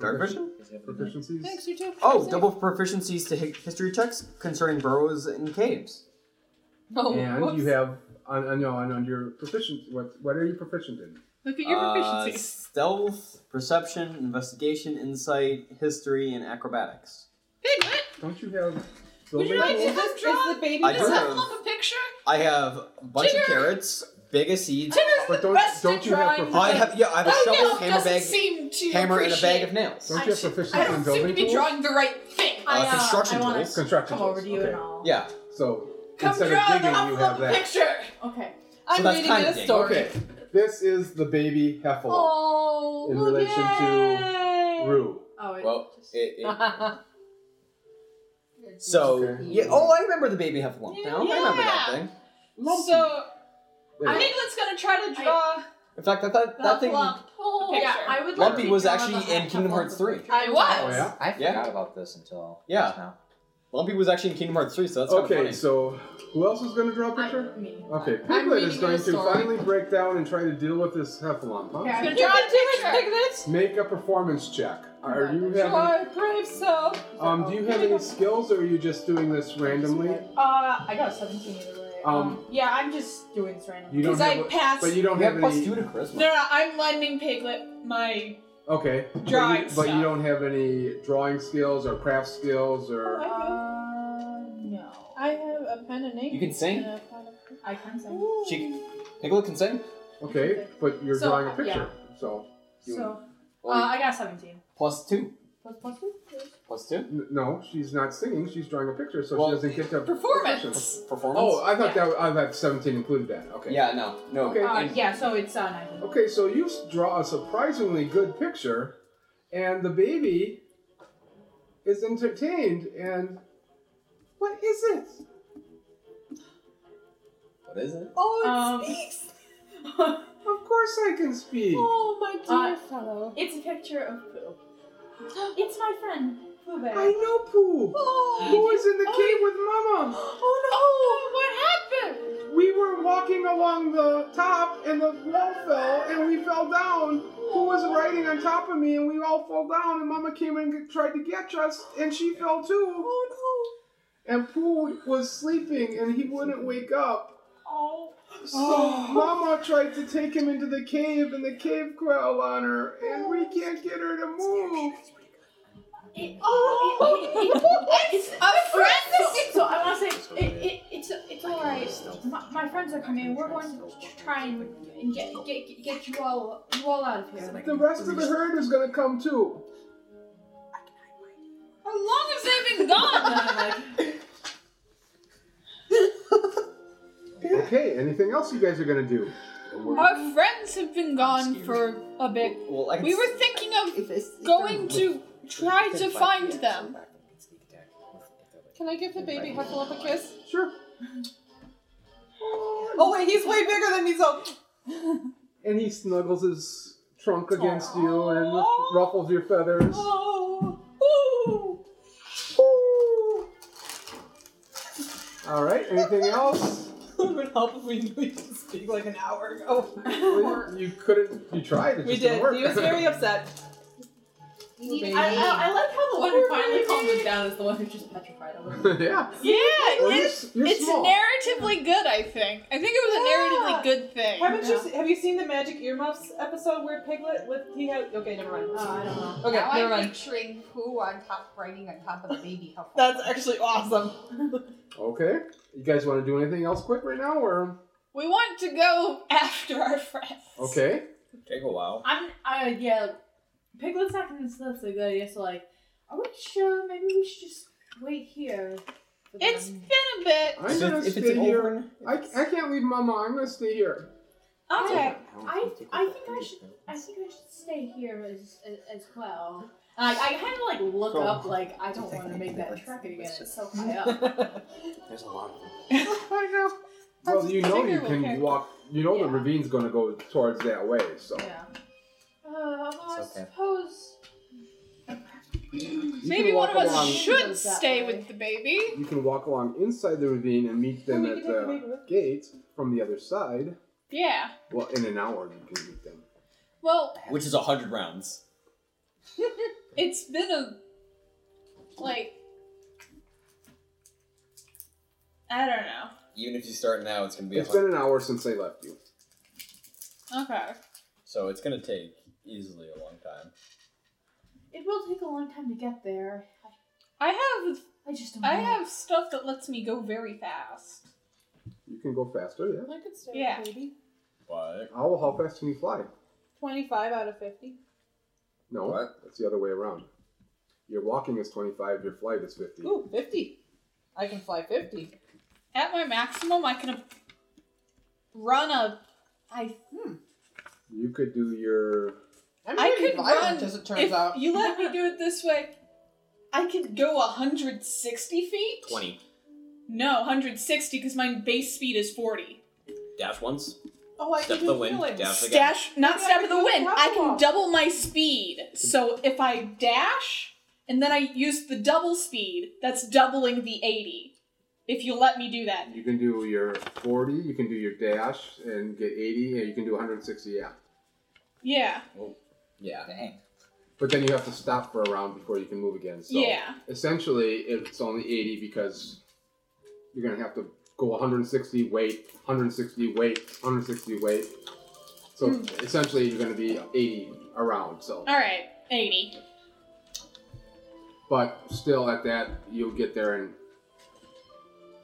[SPEAKER 4] Dark vision.
[SPEAKER 2] Is that what it is?
[SPEAKER 5] Proficiencies.
[SPEAKER 8] Thanks, you too.
[SPEAKER 4] Oh, double proficiencies to hi- history checks concerning burrows and caves.
[SPEAKER 8] No,
[SPEAKER 5] and
[SPEAKER 8] Oh, whoops.
[SPEAKER 5] you have on, on, no, on, on your proficient. What what are you proficient in?
[SPEAKER 6] Look at your
[SPEAKER 4] Uh,
[SPEAKER 6] proficiencies.
[SPEAKER 4] stealth, perception, investigation, insight, history, and acrobatics.
[SPEAKER 6] Piglet,
[SPEAKER 5] Don't you
[SPEAKER 6] would
[SPEAKER 5] have?
[SPEAKER 6] you
[SPEAKER 5] building-
[SPEAKER 6] like to
[SPEAKER 8] Is
[SPEAKER 6] help
[SPEAKER 8] this,
[SPEAKER 6] draw
[SPEAKER 8] is the baby
[SPEAKER 4] I
[SPEAKER 6] this
[SPEAKER 4] do
[SPEAKER 8] design?
[SPEAKER 4] have-
[SPEAKER 6] heffalump a picture?
[SPEAKER 4] I have a bunch
[SPEAKER 6] Tigger!
[SPEAKER 4] of carrots, big as seeds. Oh,
[SPEAKER 6] Tigger's
[SPEAKER 5] But
[SPEAKER 6] the
[SPEAKER 5] don't
[SPEAKER 6] best
[SPEAKER 5] don't
[SPEAKER 6] at
[SPEAKER 5] you have
[SPEAKER 6] drawing.
[SPEAKER 5] proficiency?
[SPEAKER 4] I have yeah, I have a
[SPEAKER 6] That
[SPEAKER 4] shovel,
[SPEAKER 6] elf
[SPEAKER 4] hammer,
[SPEAKER 6] Oh, doesn't
[SPEAKER 4] bag,
[SPEAKER 6] seem to
[SPEAKER 4] hammer, and a bag
[SPEAKER 6] appreciate-
[SPEAKER 4] of nails.
[SPEAKER 5] Don't you have proficiency
[SPEAKER 6] I
[SPEAKER 5] in
[SPEAKER 6] don't seem to
[SPEAKER 5] building
[SPEAKER 6] be
[SPEAKER 5] tools?
[SPEAKER 6] drawing the right thing.
[SPEAKER 4] Uh,
[SPEAKER 12] I, uh,
[SPEAKER 4] construction
[SPEAKER 12] I wanna
[SPEAKER 4] tools.
[SPEAKER 5] Construction
[SPEAKER 12] Come over to
[SPEAKER 5] tools,
[SPEAKER 12] you
[SPEAKER 5] okay.
[SPEAKER 12] and all.
[SPEAKER 4] Yeah.
[SPEAKER 5] So
[SPEAKER 6] Come
[SPEAKER 5] instead
[SPEAKER 6] draw
[SPEAKER 5] of digging,
[SPEAKER 6] the
[SPEAKER 5] you have
[SPEAKER 6] heffalump
[SPEAKER 5] that.
[SPEAKER 6] picture.
[SPEAKER 12] Okay.
[SPEAKER 8] I'm
[SPEAKER 4] that's
[SPEAKER 8] reading
[SPEAKER 4] kind
[SPEAKER 8] it
[SPEAKER 4] of
[SPEAKER 8] a
[SPEAKER 4] big.
[SPEAKER 8] story.
[SPEAKER 5] Okay, this is the baby heffalump
[SPEAKER 8] Oh,
[SPEAKER 5] in relation to Rue.
[SPEAKER 12] Oh. It
[SPEAKER 4] Well,
[SPEAKER 12] just...
[SPEAKER 4] it, it,
[SPEAKER 7] It's
[SPEAKER 4] so
[SPEAKER 7] just
[SPEAKER 4] yeah. Oh, I remember the baby heffalump now. I remember that
[SPEAKER 6] Yeah.
[SPEAKER 4] thing.
[SPEAKER 6] So
[SPEAKER 5] There you go.
[SPEAKER 6] Piglet's gonna try to draw
[SPEAKER 4] In fact, I thought
[SPEAKER 6] the
[SPEAKER 4] that thing.
[SPEAKER 6] heffalump.
[SPEAKER 12] Oh,
[SPEAKER 6] picture.
[SPEAKER 12] yeah, I would
[SPEAKER 4] Lumpy
[SPEAKER 12] like to
[SPEAKER 4] was
[SPEAKER 12] draw
[SPEAKER 4] actually
[SPEAKER 12] the
[SPEAKER 4] in Kingdom Hearts
[SPEAKER 12] heffalump
[SPEAKER 4] 3.
[SPEAKER 12] picture.
[SPEAKER 6] I was.
[SPEAKER 5] Oh yeah.
[SPEAKER 3] I
[SPEAKER 4] Yeah.
[SPEAKER 3] forgot about this until
[SPEAKER 4] Yeah.
[SPEAKER 3] just now.
[SPEAKER 4] Lumpy was actually in Kingdom Hearts 3, so that's kinda
[SPEAKER 5] Okay,
[SPEAKER 4] funny.
[SPEAKER 5] so who else is going to draw a picture? Okay,
[SPEAKER 8] I'm
[SPEAKER 5] Piglet is
[SPEAKER 8] reading
[SPEAKER 5] going
[SPEAKER 8] the
[SPEAKER 5] to
[SPEAKER 8] story.
[SPEAKER 5] finally break down and try to deal with this heffalump, huh?
[SPEAKER 8] Gonna draw a picture. Piglet.
[SPEAKER 5] Make a performance check. Are you having?
[SPEAKER 8] Draw a brave self.
[SPEAKER 5] Um, do you have any skills, or are you just doing this randomly?
[SPEAKER 12] Uh, I got a 17 either way.
[SPEAKER 5] Um,
[SPEAKER 12] yeah, I'm just doing this randomly.
[SPEAKER 5] You don't
[SPEAKER 12] Because I
[SPEAKER 5] have a-
[SPEAKER 12] passed.
[SPEAKER 5] but you don't have any-
[SPEAKER 12] No, no, I'm lending Piglet my.
[SPEAKER 5] Okay. But you-
[SPEAKER 12] Drawing
[SPEAKER 5] But you, don't have any drawing skills or craft skills or.
[SPEAKER 12] Uh, no.
[SPEAKER 16] I have a pen and ink.
[SPEAKER 5] You can sing?
[SPEAKER 16] and a pad of- I can sing.
[SPEAKER 4] She, Piglet can sing?
[SPEAKER 5] Okay, but you're
[SPEAKER 12] So,
[SPEAKER 5] drawing a
[SPEAKER 12] uh,
[SPEAKER 5] picture, so. you-
[SPEAKER 12] So, uh,
[SPEAKER 5] Well, you-
[SPEAKER 12] I got a 17.
[SPEAKER 4] Plus two.
[SPEAKER 12] Plus, plus two?
[SPEAKER 4] Plus two?
[SPEAKER 5] N- No, she's not singing. She's drawing a picture, so she doesn't get to
[SPEAKER 12] Performance.
[SPEAKER 4] Performance.
[SPEAKER 5] Oh, I thought that I thought seventeen included that. Okay.
[SPEAKER 4] Yeah, no, no.
[SPEAKER 5] Okay.
[SPEAKER 12] Uh, yeah, so it's uh, 19.
[SPEAKER 5] Okay, so you s- draw a surprisingly good picture, and the baby is entertained. And what is it?
[SPEAKER 4] What is it?
[SPEAKER 12] Oh, it
[SPEAKER 5] speaks. of course, I can speak.
[SPEAKER 12] Oh, my
[SPEAKER 5] dear
[SPEAKER 12] fellow. It's a picture of Pooh. It's my friend, Pooh Bear.
[SPEAKER 5] I know Pooh.
[SPEAKER 12] Oh,
[SPEAKER 5] Pooh is in the cave with Mama.
[SPEAKER 12] Oh, no. what happened?
[SPEAKER 5] We were walking along the top, and the wall fell, and we fell down. Who was riding on top of me, and we all fell down, and Mama came and g- tried to catch us, and she fell too. Oh no! And Pooh was sleeping, and he wouldn't wake up.
[SPEAKER 12] Oh.
[SPEAKER 5] So Mama tried to take him into the cave, and the cave fell on her, and we can't get her to move.
[SPEAKER 12] It, oh, it, it, it, it's a friend. So, so I want to say it, it, it's it's all right. My, my friends are coming. We're going to try and, and get, get get you all you all out of here.
[SPEAKER 5] The rest of the herd is gonna come too.
[SPEAKER 12] How long have they been gone?
[SPEAKER 5] Okay, anything else you guys are gonna do?
[SPEAKER 6] Our friends have been gone for a bit.
[SPEAKER 5] Well, I can
[SPEAKER 6] we
[SPEAKER 5] s-
[SPEAKER 6] were thinking of going to try to find them.
[SPEAKER 8] Can I give the baby Hufflepuff a kiss?
[SPEAKER 5] Sure.
[SPEAKER 8] Oh wait, he's way bigger than me, so
[SPEAKER 5] and he snuggles his trunk against you and ruffles your feathers.
[SPEAKER 8] oh.
[SPEAKER 5] All right, anything else?
[SPEAKER 8] It would help if we knew he could speak like an hour ago.
[SPEAKER 5] You couldn't. You tried. It
[SPEAKER 8] we
[SPEAKER 5] just didn't
[SPEAKER 8] did.
[SPEAKER 5] work.
[SPEAKER 8] He was very upset.
[SPEAKER 12] I, I, I like how the one who finally calmed us down is the one who's just petrified over.
[SPEAKER 5] yeah.
[SPEAKER 6] Yeah,
[SPEAKER 12] Well, you're
[SPEAKER 6] it's,
[SPEAKER 12] s- you're
[SPEAKER 6] it's
[SPEAKER 12] small.
[SPEAKER 6] narratively good, I think. I think it was a narratively good thing.
[SPEAKER 8] Haven't you se- have you seen the Magic Earmuffs episode where Piglet with he had okay never mind.
[SPEAKER 7] Oh, I don't know.
[SPEAKER 8] Okay,
[SPEAKER 7] now
[SPEAKER 8] never
[SPEAKER 7] I'm
[SPEAKER 8] mind.
[SPEAKER 7] picturing Pooh on top, writing on top of the baby Hufflepuff.
[SPEAKER 8] That's actually awesome.
[SPEAKER 5] Okay. You guys want to do anything else quick right now, or
[SPEAKER 6] We want to go after our friends.
[SPEAKER 5] okay?
[SPEAKER 4] Take a while.
[SPEAKER 12] I'm uh yeah. Piglet's not convinced so good. Yes, so like, are we sure? Maybe we should just wait here.
[SPEAKER 6] It's been a bit.
[SPEAKER 5] I'm gonna stay here. I, I can't leave Mama. I'm gonna stay here.
[SPEAKER 12] Okay. I I think I should I think I should stay here as as, as well. And I I kind of like look
[SPEAKER 4] So-
[SPEAKER 12] up like I don't want to make that trek again. It's so high up.
[SPEAKER 4] There's a lot of them.
[SPEAKER 5] I know. Well, you know you can walk. You know the ravine's gonna go towards that way. So
[SPEAKER 12] Yeah. Uh, well,
[SPEAKER 5] It's
[SPEAKER 12] I
[SPEAKER 5] okay.
[SPEAKER 12] suppose.
[SPEAKER 5] can
[SPEAKER 6] Maybe one
[SPEAKER 5] walk
[SPEAKER 6] of us
[SPEAKER 5] along-
[SPEAKER 6] should stay with the baby.
[SPEAKER 5] you can walk along inside the ravine and meet them
[SPEAKER 6] Well, we
[SPEAKER 5] at
[SPEAKER 6] can take the baby
[SPEAKER 5] the
[SPEAKER 6] with
[SPEAKER 5] gate from the other side.
[SPEAKER 6] Yeah.
[SPEAKER 5] Well, in an hour you can meet them.
[SPEAKER 6] Well,
[SPEAKER 4] Which is a hundred rounds.
[SPEAKER 6] it's been a like I don't know.
[SPEAKER 4] Even if you start now, it's gonna be.
[SPEAKER 5] It's
[SPEAKER 4] a hun-
[SPEAKER 5] been an hour since they left you.
[SPEAKER 6] Okay.
[SPEAKER 4] So it's gonna take easily a long time.
[SPEAKER 12] It will take a long time to get there.
[SPEAKER 6] I have
[SPEAKER 12] I just don't.
[SPEAKER 6] I
[SPEAKER 12] know.
[SPEAKER 6] have stuff that lets me go very fast.
[SPEAKER 5] You can go faster, yeah.
[SPEAKER 8] I could stay
[SPEAKER 6] Yeah.
[SPEAKER 8] with baby.
[SPEAKER 4] What?
[SPEAKER 5] Owl, how fast can you fly?
[SPEAKER 8] Twenty-five out of fifty.
[SPEAKER 5] No, that's the other way around. Your walking is 25, your flight is 50.
[SPEAKER 8] Ooh, fifty. I can fly fifty.
[SPEAKER 6] At my maximum, I can run a. I hmm.
[SPEAKER 5] You could do your.
[SPEAKER 8] I'm
[SPEAKER 6] I
[SPEAKER 8] pretty
[SPEAKER 6] could
[SPEAKER 8] violent,
[SPEAKER 6] run.
[SPEAKER 8] as it turns
[SPEAKER 6] if
[SPEAKER 8] out.
[SPEAKER 6] you let me do it this way, I could go 160 feet.
[SPEAKER 4] Twenty
[SPEAKER 6] No, 160 because my base speed is 40.
[SPEAKER 4] dash once.
[SPEAKER 8] Oh, I
[SPEAKER 4] Step
[SPEAKER 8] can
[SPEAKER 4] the
[SPEAKER 8] do
[SPEAKER 4] wind,
[SPEAKER 8] feelings.
[SPEAKER 4] dash again.
[SPEAKER 6] Dash, not step of the wind. I can double my speed. So if I dash, and then I used the double speed. That's doubling the 80. If you let me do that.
[SPEAKER 5] You can do your 40, you can do your dash and get 80, and you can do 160, yeah.
[SPEAKER 6] Yeah.
[SPEAKER 4] Yeah.
[SPEAKER 3] Dang.
[SPEAKER 5] But then you have to stop for a round before you can move again. So
[SPEAKER 6] Yeah.
[SPEAKER 5] essentially, it's only 80 because you're going to have to go 160, wait, 160, wait, 160, wait. So
[SPEAKER 6] Hmm.
[SPEAKER 5] essentially, you're going to be 80 around. So,
[SPEAKER 6] All right, 80.
[SPEAKER 5] but still at that, you'll get there in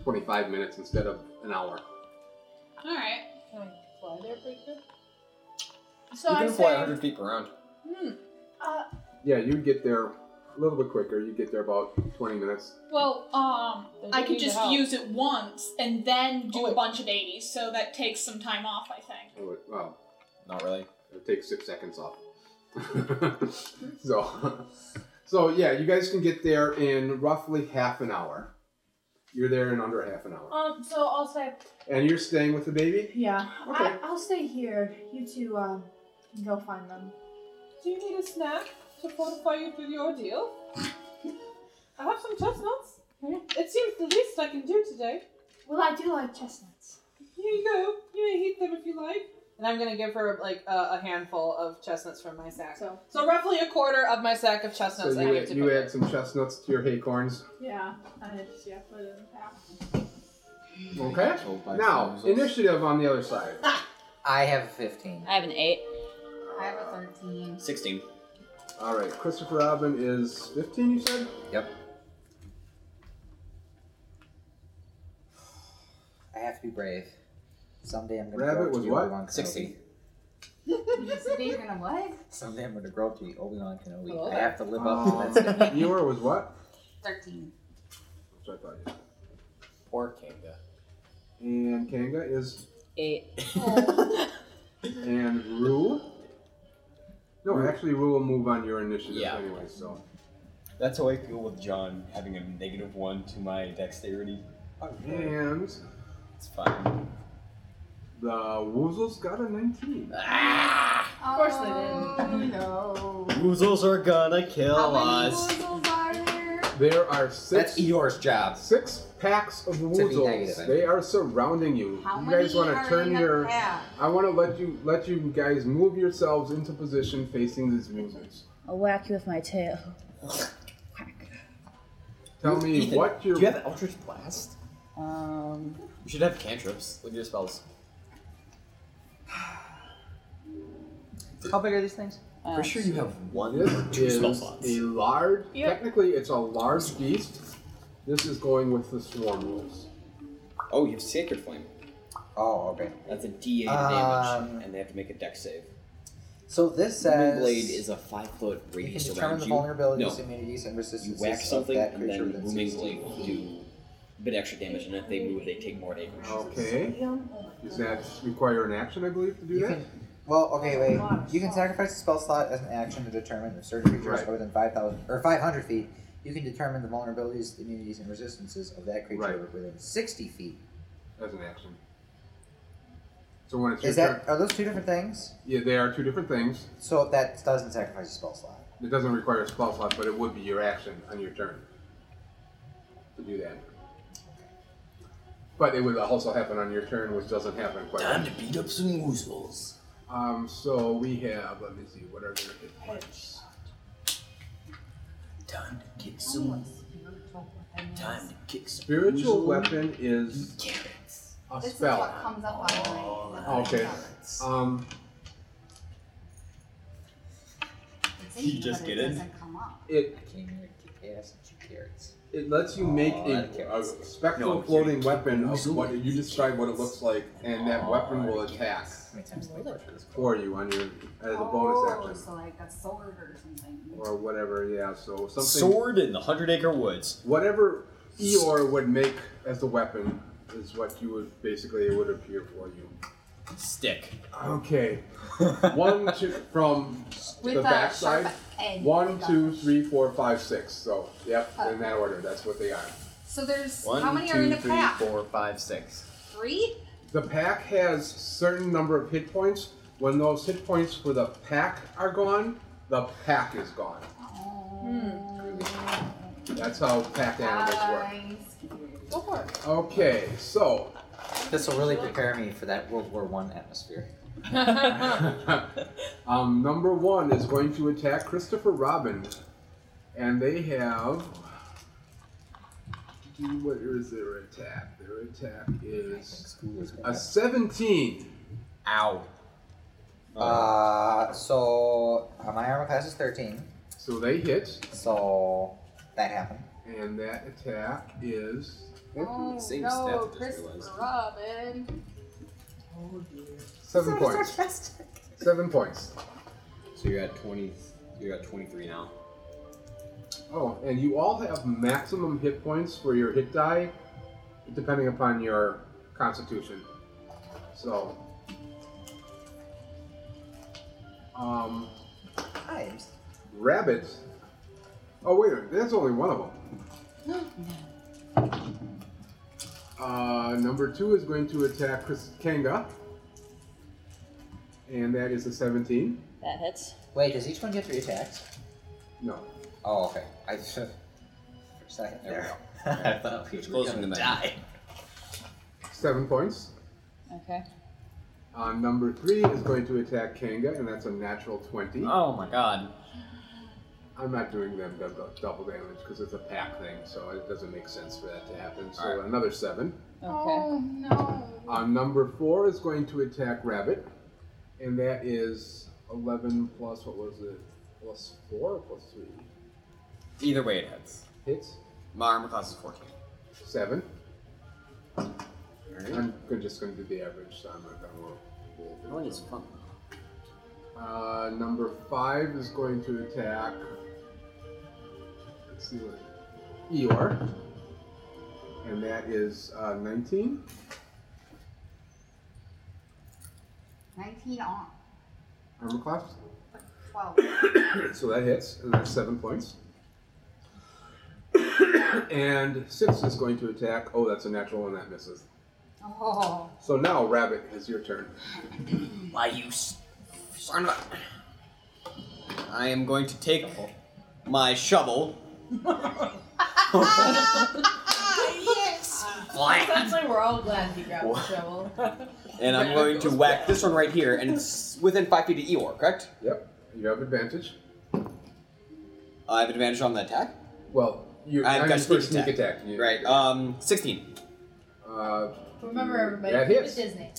[SPEAKER 5] 25 minutes instead of an hour.
[SPEAKER 6] All right.
[SPEAKER 11] Can I fly there pretty quick?
[SPEAKER 6] So
[SPEAKER 5] You
[SPEAKER 6] I'm
[SPEAKER 5] can fly
[SPEAKER 6] saying,
[SPEAKER 5] 100 feet per round.
[SPEAKER 6] hmm. Uh,
[SPEAKER 5] Yeah, you get there a little bit quicker. You get there about 20 minutes.
[SPEAKER 6] well, um,
[SPEAKER 11] They
[SPEAKER 6] I
[SPEAKER 11] do
[SPEAKER 6] could
[SPEAKER 11] need
[SPEAKER 6] just
[SPEAKER 11] help. Oh,
[SPEAKER 6] use it once and then do a bunch of 80s, so that takes some time off, I think.
[SPEAKER 5] Oh, it- Well,
[SPEAKER 2] Not really.
[SPEAKER 5] it takes six seconds off. so, so yeah, you guys can get there in roughly half an hour. You're there in under half an hour,
[SPEAKER 12] Um, so I'll say,
[SPEAKER 5] and you're staying with the baby.
[SPEAKER 12] yeah,
[SPEAKER 5] Okay.
[SPEAKER 12] I, I'll stay here. You two, um, go find them.
[SPEAKER 8] Do you need a snack to fortify you through the ordeal? I have some chestnuts. It seems the least I can do today.
[SPEAKER 12] Well, I do like chestnuts.
[SPEAKER 8] Here you go. You may eat them if you like. And I'm gonna give her like a, a handful of chestnuts from my sack. So, roughly a quarter of my sack of
[SPEAKER 5] So
[SPEAKER 8] chestnuts. I
[SPEAKER 5] you,
[SPEAKER 8] give
[SPEAKER 5] add,
[SPEAKER 8] to
[SPEAKER 5] you
[SPEAKER 8] Booker.
[SPEAKER 5] add some chestnuts to your haycorns.
[SPEAKER 12] Yeah, I just yeah put it in the pack.
[SPEAKER 5] Okay. Now, initiative on the other side.
[SPEAKER 3] I have a 15.
[SPEAKER 10] I have an eight.
[SPEAKER 7] I have a 13.
[SPEAKER 2] 16.
[SPEAKER 5] All right, Christopher Robin is 15. You said.
[SPEAKER 3] Yep. I have to be brave. Someday I'm gonna grow
[SPEAKER 5] Rabbit
[SPEAKER 3] up to
[SPEAKER 5] was
[SPEAKER 3] be
[SPEAKER 5] what?
[SPEAKER 3] Obi Wan
[SPEAKER 4] 60.
[SPEAKER 7] So you're gonna what?
[SPEAKER 3] Someday I'm gonna grow up to be Obi Wan Kenobi.
[SPEAKER 7] Hello
[SPEAKER 3] I
[SPEAKER 7] there.
[SPEAKER 3] have to live up
[SPEAKER 7] Oh.
[SPEAKER 3] to that.
[SPEAKER 5] Uh, Eeyore was what?
[SPEAKER 7] 13.
[SPEAKER 5] That's what I thought you said.
[SPEAKER 2] Or Kanga.
[SPEAKER 5] And Kanga is.
[SPEAKER 10] Eight.
[SPEAKER 5] And Rue. No, actually, Rue will move on your initiative
[SPEAKER 17] Yeah.
[SPEAKER 5] anyway, so.
[SPEAKER 17] That's how I feel with John having a negative one to my dexterity.
[SPEAKER 5] And.
[SPEAKER 17] It's fine.
[SPEAKER 5] The Woozles got a 19.
[SPEAKER 7] Of
[SPEAKER 12] course
[SPEAKER 7] they
[SPEAKER 11] Um,
[SPEAKER 7] didn't. Oh no.
[SPEAKER 17] Woozles are gonna kill
[SPEAKER 7] How many
[SPEAKER 17] us.
[SPEAKER 7] woozles are there?
[SPEAKER 5] There are six.
[SPEAKER 3] That's Eeyore's job.
[SPEAKER 5] Six packs of
[SPEAKER 3] negative, I
[SPEAKER 5] Woozles. They are surrounding you.
[SPEAKER 7] How
[SPEAKER 5] you guys
[SPEAKER 7] many
[SPEAKER 5] want
[SPEAKER 7] are
[SPEAKER 5] to turn
[SPEAKER 7] in a
[SPEAKER 5] your.
[SPEAKER 7] pack?
[SPEAKER 5] I want to let you let you guys move yourselves into position facing these Woozles.
[SPEAKER 10] I'll whack you with my tail.
[SPEAKER 5] Tell me
[SPEAKER 17] Ethan,
[SPEAKER 5] what your.
[SPEAKER 17] Do you have Eldritch Blast?
[SPEAKER 10] Um,
[SPEAKER 17] You should have cantrips. Look at your spells.
[SPEAKER 3] How big are these things?
[SPEAKER 7] uh,
[SPEAKER 17] Pretty sure you have one
[SPEAKER 5] This
[SPEAKER 17] or two
[SPEAKER 5] is
[SPEAKER 17] spell slots.
[SPEAKER 5] a large.
[SPEAKER 3] Yeah.
[SPEAKER 5] Technically, it's a large beast. This is going with the swarm rules.
[SPEAKER 17] Oh, you have Sacred Flame.
[SPEAKER 3] Oh, okay.
[SPEAKER 17] That's a D8
[SPEAKER 3] Um,
[SPEAKER 17] damage, and they have to make a dex save.
[SPEAKER 3] So this
[SPEAKER 17] Blooming
[SPEAKER 3] says
[SPEAKER 17] Blade is a five foot
[SPEAKER 3] you can
[SPEAKER 17] radius
[SPEAKER 3] determine
[SPEAKER 17] around
[SPEAKER 3] the
[SPEAKER 17] you. no,
[SPEAKER 3] vulnerabilities, immunities, and
[SPEAKER 17] you
[SPEAKER 3] resistances
[SPEAKER 17] whack something,
[SPEAKER 3] of that
[SPEAKER 17] and
[SPEAKER 3] creature
[SPEAKER 17] then
[SPEAKER 3] within
[SPEAKER 17] Blooming
[SPEAKER 3] 60
[SPEAKER 17] Blade will do a bit extra damage, and if they move, they take more damage.
[SPEAKER 5] Okay. Does that require an action, I believe, to do that?
[SPEAKER 3] Well, okay, wait. You can sacrifice a spell slot as an action to determine if certain creatures
[SPEAKER 5] Right.
[SPEAKER 3] are within 5,000 or 500 feet. You can determine the vulnerabilities, immunities, and resistances of that creature
[SPEAKER 5] Right.
[SPEAKER 3] within 60 feet.
[SPEAKER 5] As an action. So when it's
[SPEAKER 3] Is
[SPEAKER 5] your turn,
[SPEAKER 3] that are those two different things?
[SPEAKER 5] yeah, they are two different things.
[SPEAKER 3] So if that doesn't sacrifice a spell slot.
[SPEAKER 5] It doesn't require a spell slot, but it would be your action on your turn to do that. But it would also happen on your turn, which doesn't happen quite.
[SPEAKER 17] Time to beat up some woozles.
[SPEAKER 5] Um. So we have. Let me see. What are their hit points?
[SPEAKER 17] Time to kick some. Time to kick some.
[SPEAKER 5] Spiritual
[SPEAKER 17] woozle
[SPEAKER 5] weapon is a
[SPEAKER 7] This is
[SPEAKER 5] spell.
[SPEAKER 7] what comes up on my.
[SPEAKER 5] Okay. Um,
[SPEAKER 7] It's
[SPEAKER 17] You
[SPEAKER 7] in,
[SPEAKER 17] just
[SPEAKER 7] but
[SPEAKER 17] get
[SPEAKER 7] it.
[SPEAKER 17] it?
[SPEAKER 7] doesn't come up.
[SPEAKER 5] it
[SPEAKER 3] Came here to kick ass and shoot carrots.
[SPEAKER 5] it lets you make
[SPEAKER 17] Aw,
[SPEAKER 5] a,
[SPEAKER 17] that
[SPEAKER 5] a
[SPEAKER 17] counts.
[SPEAKER 5] spectral
[SPEAKER 17] No, I'm Oh,
[SPEAKER 5] floating weapon of what you describe what it looks like, and that weapon will attack
[SPEAKER 3] How many times did I watch this?
[SPEAKER 5] for you on your as a
[SPEAKER 7] oh,
[SPEAKER 5] bonus action
[SPEAKER 7] so like a sword or something.
[SPEAKER 5] or whatever. Yeah. So something.
[SPEAKER 17] Sword in the Hundred Acre Woods.
[SPEAKER 5] Whatever Eeyore would make as a weapon is what you would basically it would appear for you.
[SPEAKER 17] Stick.
[SPEAKER 5] Okay. One two from
[SPEAKER 7] With
[SPEAKER 5] the
[SPEAKER 7] a
[SPEAKER 5] back
[SPEAKER 7] sharp
[SPEAKER 5] side.
[SPEAKER 7] edge.
[SPEAKER 5] One, two, three, four, five, six. So yep,
[SPEAKER 7] Uh,
[SPEAKER 5] in that order. That's what they are.
[SPEAKER 7] So there's
[SPEAKER 17] One,
[SPEAKER 7] how many
[SPEAKER 17] two,
[SPEAKER 7] are in a
[SPEAKER 17] three,
[SPEAKER 7] pack?
[SPEAKER 17] four, five, six.
[SPEAKER 7] Three?
[SPEAKER 5] The pack has certain number of hit points. When those hit points for the pack are gone, the pack is gone.
[SPEAKER 7] Oh.
[SPEAKER 5] That's how packed animals work.
[SPEAKER 8] Go for it.
[SPEAKER 5] Okay, so
[SPEAKER 3] This will really prepare me for that World War One atmosphere.
[SPEAKER 5] um, number one is going to attack Christopher Robin, and they have. What is their attack? Their attack is a 17.
[SPEAKER 3] Ow. Uh, so uh, my armor class is 13.
[SPEAKER 5] So they hit.
[SPEAKER 3] So that happened.
[SPEAKER 5] And that attack is.
[SPEAKER 12] Oh, no, Christopher Robin.
[SPEAKER 5] Seven points. Seven points.
[SPEAKER 4] So you're at 20. You're at 23 now.
[SPEAKER 5] Oh, and you all have maximum hit points for your hit die, depending upon your constitution. So. Um. Rabbit. Oh, wait a minute. That's only one of them. Uh, number two is going to attack Chris Kenga. And that is a 17.
[SPEAKER 18] That hits.
[SPEAKER 3] Wait, does each one get three attacks?
[SPEAKER 5] No.
[SPEAKER 3] Oh, okay. I just for a second there. I thought we were
[SPEAKER 4] Closing
[SPEAKER 3] gonna
[SPEAKER 4] the
[SPEAKER 3] die.
[SPEAKER 5] Seven points.
[SPEAKER 18] Okay.
[SPEAKER 5] Uh, number three is going to attack Kanga, and that's a natural 20.
[SPEAKER 4] Oh my god.
[SPEAKER 5] I'm not doing them dub- dub- double damage because it's a pack thing, so it doesn't make sense for that to happen. So
[SPEAKER 4] Alright.
[SPEAKER 5] another seven.
[SPEAKER 12] Oh no.
[SPEAKER 5] Uh, number four is going to attack Rabbit, and that is 11 plus, what was it? Plus four or plus three?
[SPEAKER 4] Either way, it hits.
[SPEAKER 5] Hits?
[SPEAKER 4] My armor class is 14.
[SPEAKER 5] Seven. I'm go- just going to do the average, so I'm not going to roll. I think it's fun. Uh, number five is going to attack. Let's see what. Eeyore. And that is uh, 19.
[SPEAKER 7] 19 on.
[SPEAKER 5] Armor class.
[SPEAKER 7] 12.
[SPEAKER 5] so that hits, and that's seven points. and six is going to attack. Oh, that's a natural one that misses.
[SPEAKER 7] Oh.
[SPEAKER 5] So now, Rabbit, it's your turn.
[SPEAKER 4] Why you s- son of a- I am going to take my shovel.
[SPEAKER 12] yes!
[SPEAKER 4] Whack.
[SPEAKER 12] Essentially, we're all glad he grabbed the shovel.
[SPEAKER 4] And I'm going to whack this one right here, and it's within five feet of Eeyore, correct?
[SPEAKER 5] Yep. You have advantage.
[SPEAKER 4] I have advantage on the attack.
[SPEAKER 5] Well, you.
[SPEAKER 4] I've
[SPEAKER 5] I'm
[SPEAKER 4] got
[SPEAKER 5] just for
[SPEAKER 4] sneak attack.
[SPEAKER 5] sneak attack, you-
[SPEAKER 4] right. Um, sixteen.
[SPEAKER 5] Uh,
[SPEAKER 12] Remember, everybody,
[SPEAKER 4] That hits.
[SPEAKER 12] it's Disney.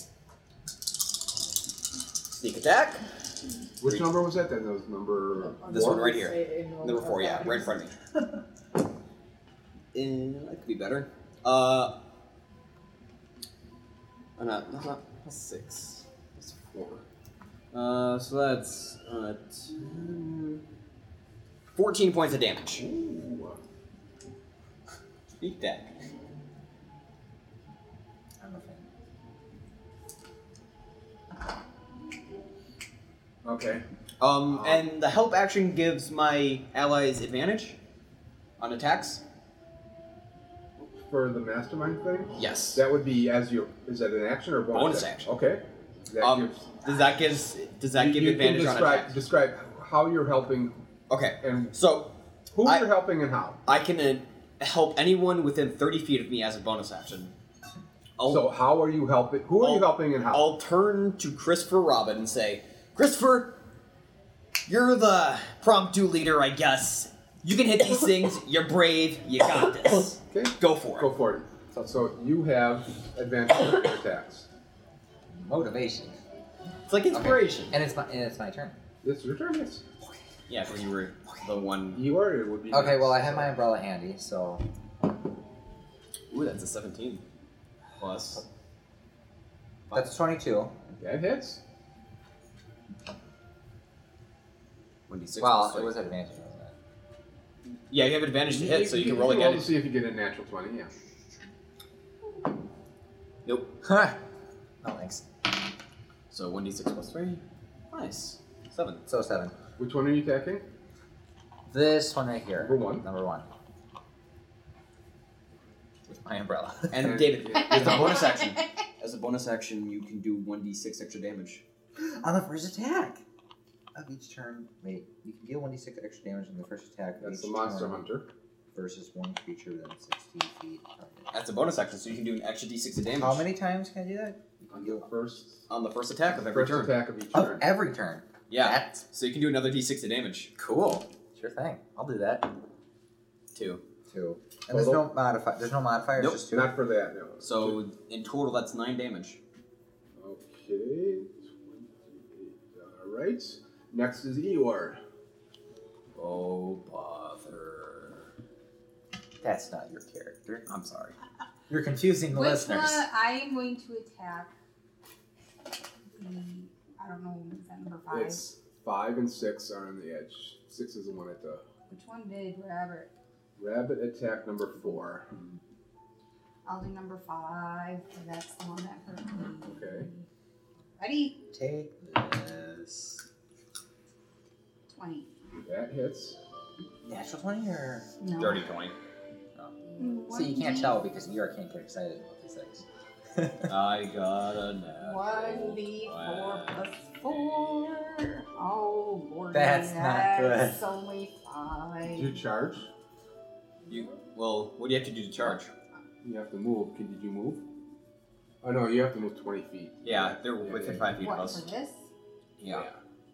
[SPEAKER 4] sneak attack.
[SPEAKER 5] Which number was that then? That was number.
[SPEAKER 4] This
[SPEAKER 5] four?
[SPEAKER 4] one right here. Number four, yeah, right in front of me. In, that could be better. Uh, oh, no, that's not that's six. That's four. Uh, so that's uh, two- fourteen points of damage. Speak that.
[SPEAKER 3] I'm a fan.
[SPEAKER 5] Okay.
[SPEAKER 4] Um, and the help action gives my allies advantage on attacks.
[SPEAKER 5] For the mastermind thing?
[SPEAKER 4] Yes.
[SPEAKER 5] That would be as your. Is that an action or a bonus,
[SPEAKER 4] Bonus action.
[SPEAKER 5] Okay. That
[SPEAKER 4] Um,
[SPEAKER 5] gives-
[SPEAKER 4] does that gives does that give
[SPEAKER 5] you can
[SPEAKER 4] advantage on
[SPEAKER 5] describe,
[SPEAKER 4] attacks?
[SPEAKER 5] Describe how you're helping.
[SPEAKER 4] Okay.
[SPEAKER 5] And
[SPEAKER 4] so
[SPEAKER 5] who you're helping and how.
[SPEAKER 4] I can uh, help anyone within 30 feet of me as a bonus action.
[SPEAKER 5] so how are you helping? Who are you helping and how?
[SPEAKER 4] I'll turn to Christopher Robin and say, Christopher, you're the promptu leader, I guess. You can hit these things. You're brave. You got this.
[SPEAKER 5] Okay.
[SPEAKER 4] Go for it.
[SPEAKER 5] Go for it. So, so you have advantage on your attacks.
[SPEAKER 3] Motivation.
[SPEAKER 4] It's like inspiration.
[SPEAKER 3] And it's my and it's my turn.
[SPEAKER 5] It's your turn. Yes.
[SPEAKER 4] Yeah, when you were the one.
[SPEAKER 5] You are. It would be.
[SPEAKER 3] Okay,
[SPEAKER 5] next.
[SPEAKER 3] well I have my umbrella handy, so
[SPEAKER 4] Ooh, that's a 17. Plus.
[SPEAKER 3] that's twenty-two.
[SPEAKER 5] That hits.
[SPEAKER 4] 1d6
[SPEAKER 3] Well,
[SPEAKER 4] plus
[SPEAKER 3] it
[SPEAKER 4] three.
[SPEAKER 3] was advantage, wasn't it?
[SPEAKER 4] Yeah, you have advantage to hit, so you can roll
[SPEAKER 5] to
[SPEAKER 4] again.
[SPEAKER 5] see if you get a natural twenty. Yeah.
[SPEAKER 4] Nope.
[SPEAKER 3] Huh. No thanks.
[SPEAKER 4] So 1d6 plus 3. Nice. 7.
[SPEAKER 3] So seven.
[SPEAKER 5] Which one are you attacking?
[SPEAKER 3] This one right here. Number
[SPEAKER 5] one.
[SPEAKER 3] Number one. With my umbrella.
[SPEAKER 4] And David, as a bonus action, as a bonus action, you can do one d six extra damage.
[SPEAKER 3] On the first attack. of each turn, wait, you can deal 1d6 extra damage on the first attack. of
[SPEAKER 5] That's
[SPEAKER 3] each
[SPEAKER 5] the monster
[SPEAKER 3] turn
[SPEAKER 5] hunter.
[SPEAKER 3] Versus one creature within 60 feet. of it.
[SPEAKER 6] That's a bonus action, so you can do an extra d6 of damage.
[SPEAKER 3] How many times can I do that?
[SPEAKER 5] On the first,
[SPEAKER 6] On the first attack of every
[SPEAKER 5] first
[SPEAKER 6] turn.
[SPEAKER 5] attack of each
[SPEAKER 3] Of
[SPEAKER 5] turn.
[SPEAKER 3] every turn.
[SPEAKER 6] Yeah. So you can do another d6 of damage.
[SPEAKER 3] Cool. Sure thing. I'll do that.
[SPEAKER 6] Two.
[SPEAKER 3] Two. And there's no modifier. There's no modifier.
[SPEAKER 6] Nope,
[SPEAKER 3] It's just two.
[SPEAKER 5] Not for that, no.
[SPEAKER 6] So in total, that's nine damage.
[SPEAKER 5] Okay, 28. Alright. Next is Eeyore.
[SPEAKER 3] Oh bother. That's not your character. I'm sorry. You're confusing the
[SPEAKER 7] Which
[SPEAKER 3] listeners.
[SPEAKER 7] one? I am going to attack the. I don't know. Is that number five?
[SPEAKER 5] It's five and six are on the edge. Six is the one at the
[SPEAKER 7] Which one did Robert?
[SPEAKER 5] rabbit attack number four.
[SPEAKER 7] I'll do number five. and That's the one that hurt me.
[SPEAKER 5] Okay.
[SPEAKER 7] Ready?
[SPEAKER 3] Take this.
[SPEAKER 7] Twenty.
[SPEAKER 5] That hits.
[SPEAKER 3] Natural 20 or?
[SPEAKER 7] No.
[SPEAKER 6] Dirty 20.
[SPEAKER 3] See, you can't tell because you can't get excited about these things.
[SPEAKER 4] I got a net.
[SPEAKER 7] One D four plus four. Oh lord.
[SPEAKER 6] That's not
[SPEAKER 7] that's
[SPEAKER 6] good.
[SPEAKER 7] only five.
[SPEAKER 5] Do you charge?
[SPEAKER 6] You well, what do you have to do to charge?
[SPEAKER 5] You have to move. Can did you move? Oh no, you have to move twenty feet.
[SPEAKER 6] Yeah, they're within five feet of
[SPEAKER 7] What
[SPEAKER 6] us.
[SPEAKER 7] for this?
[SPEAKER 6] Yeah.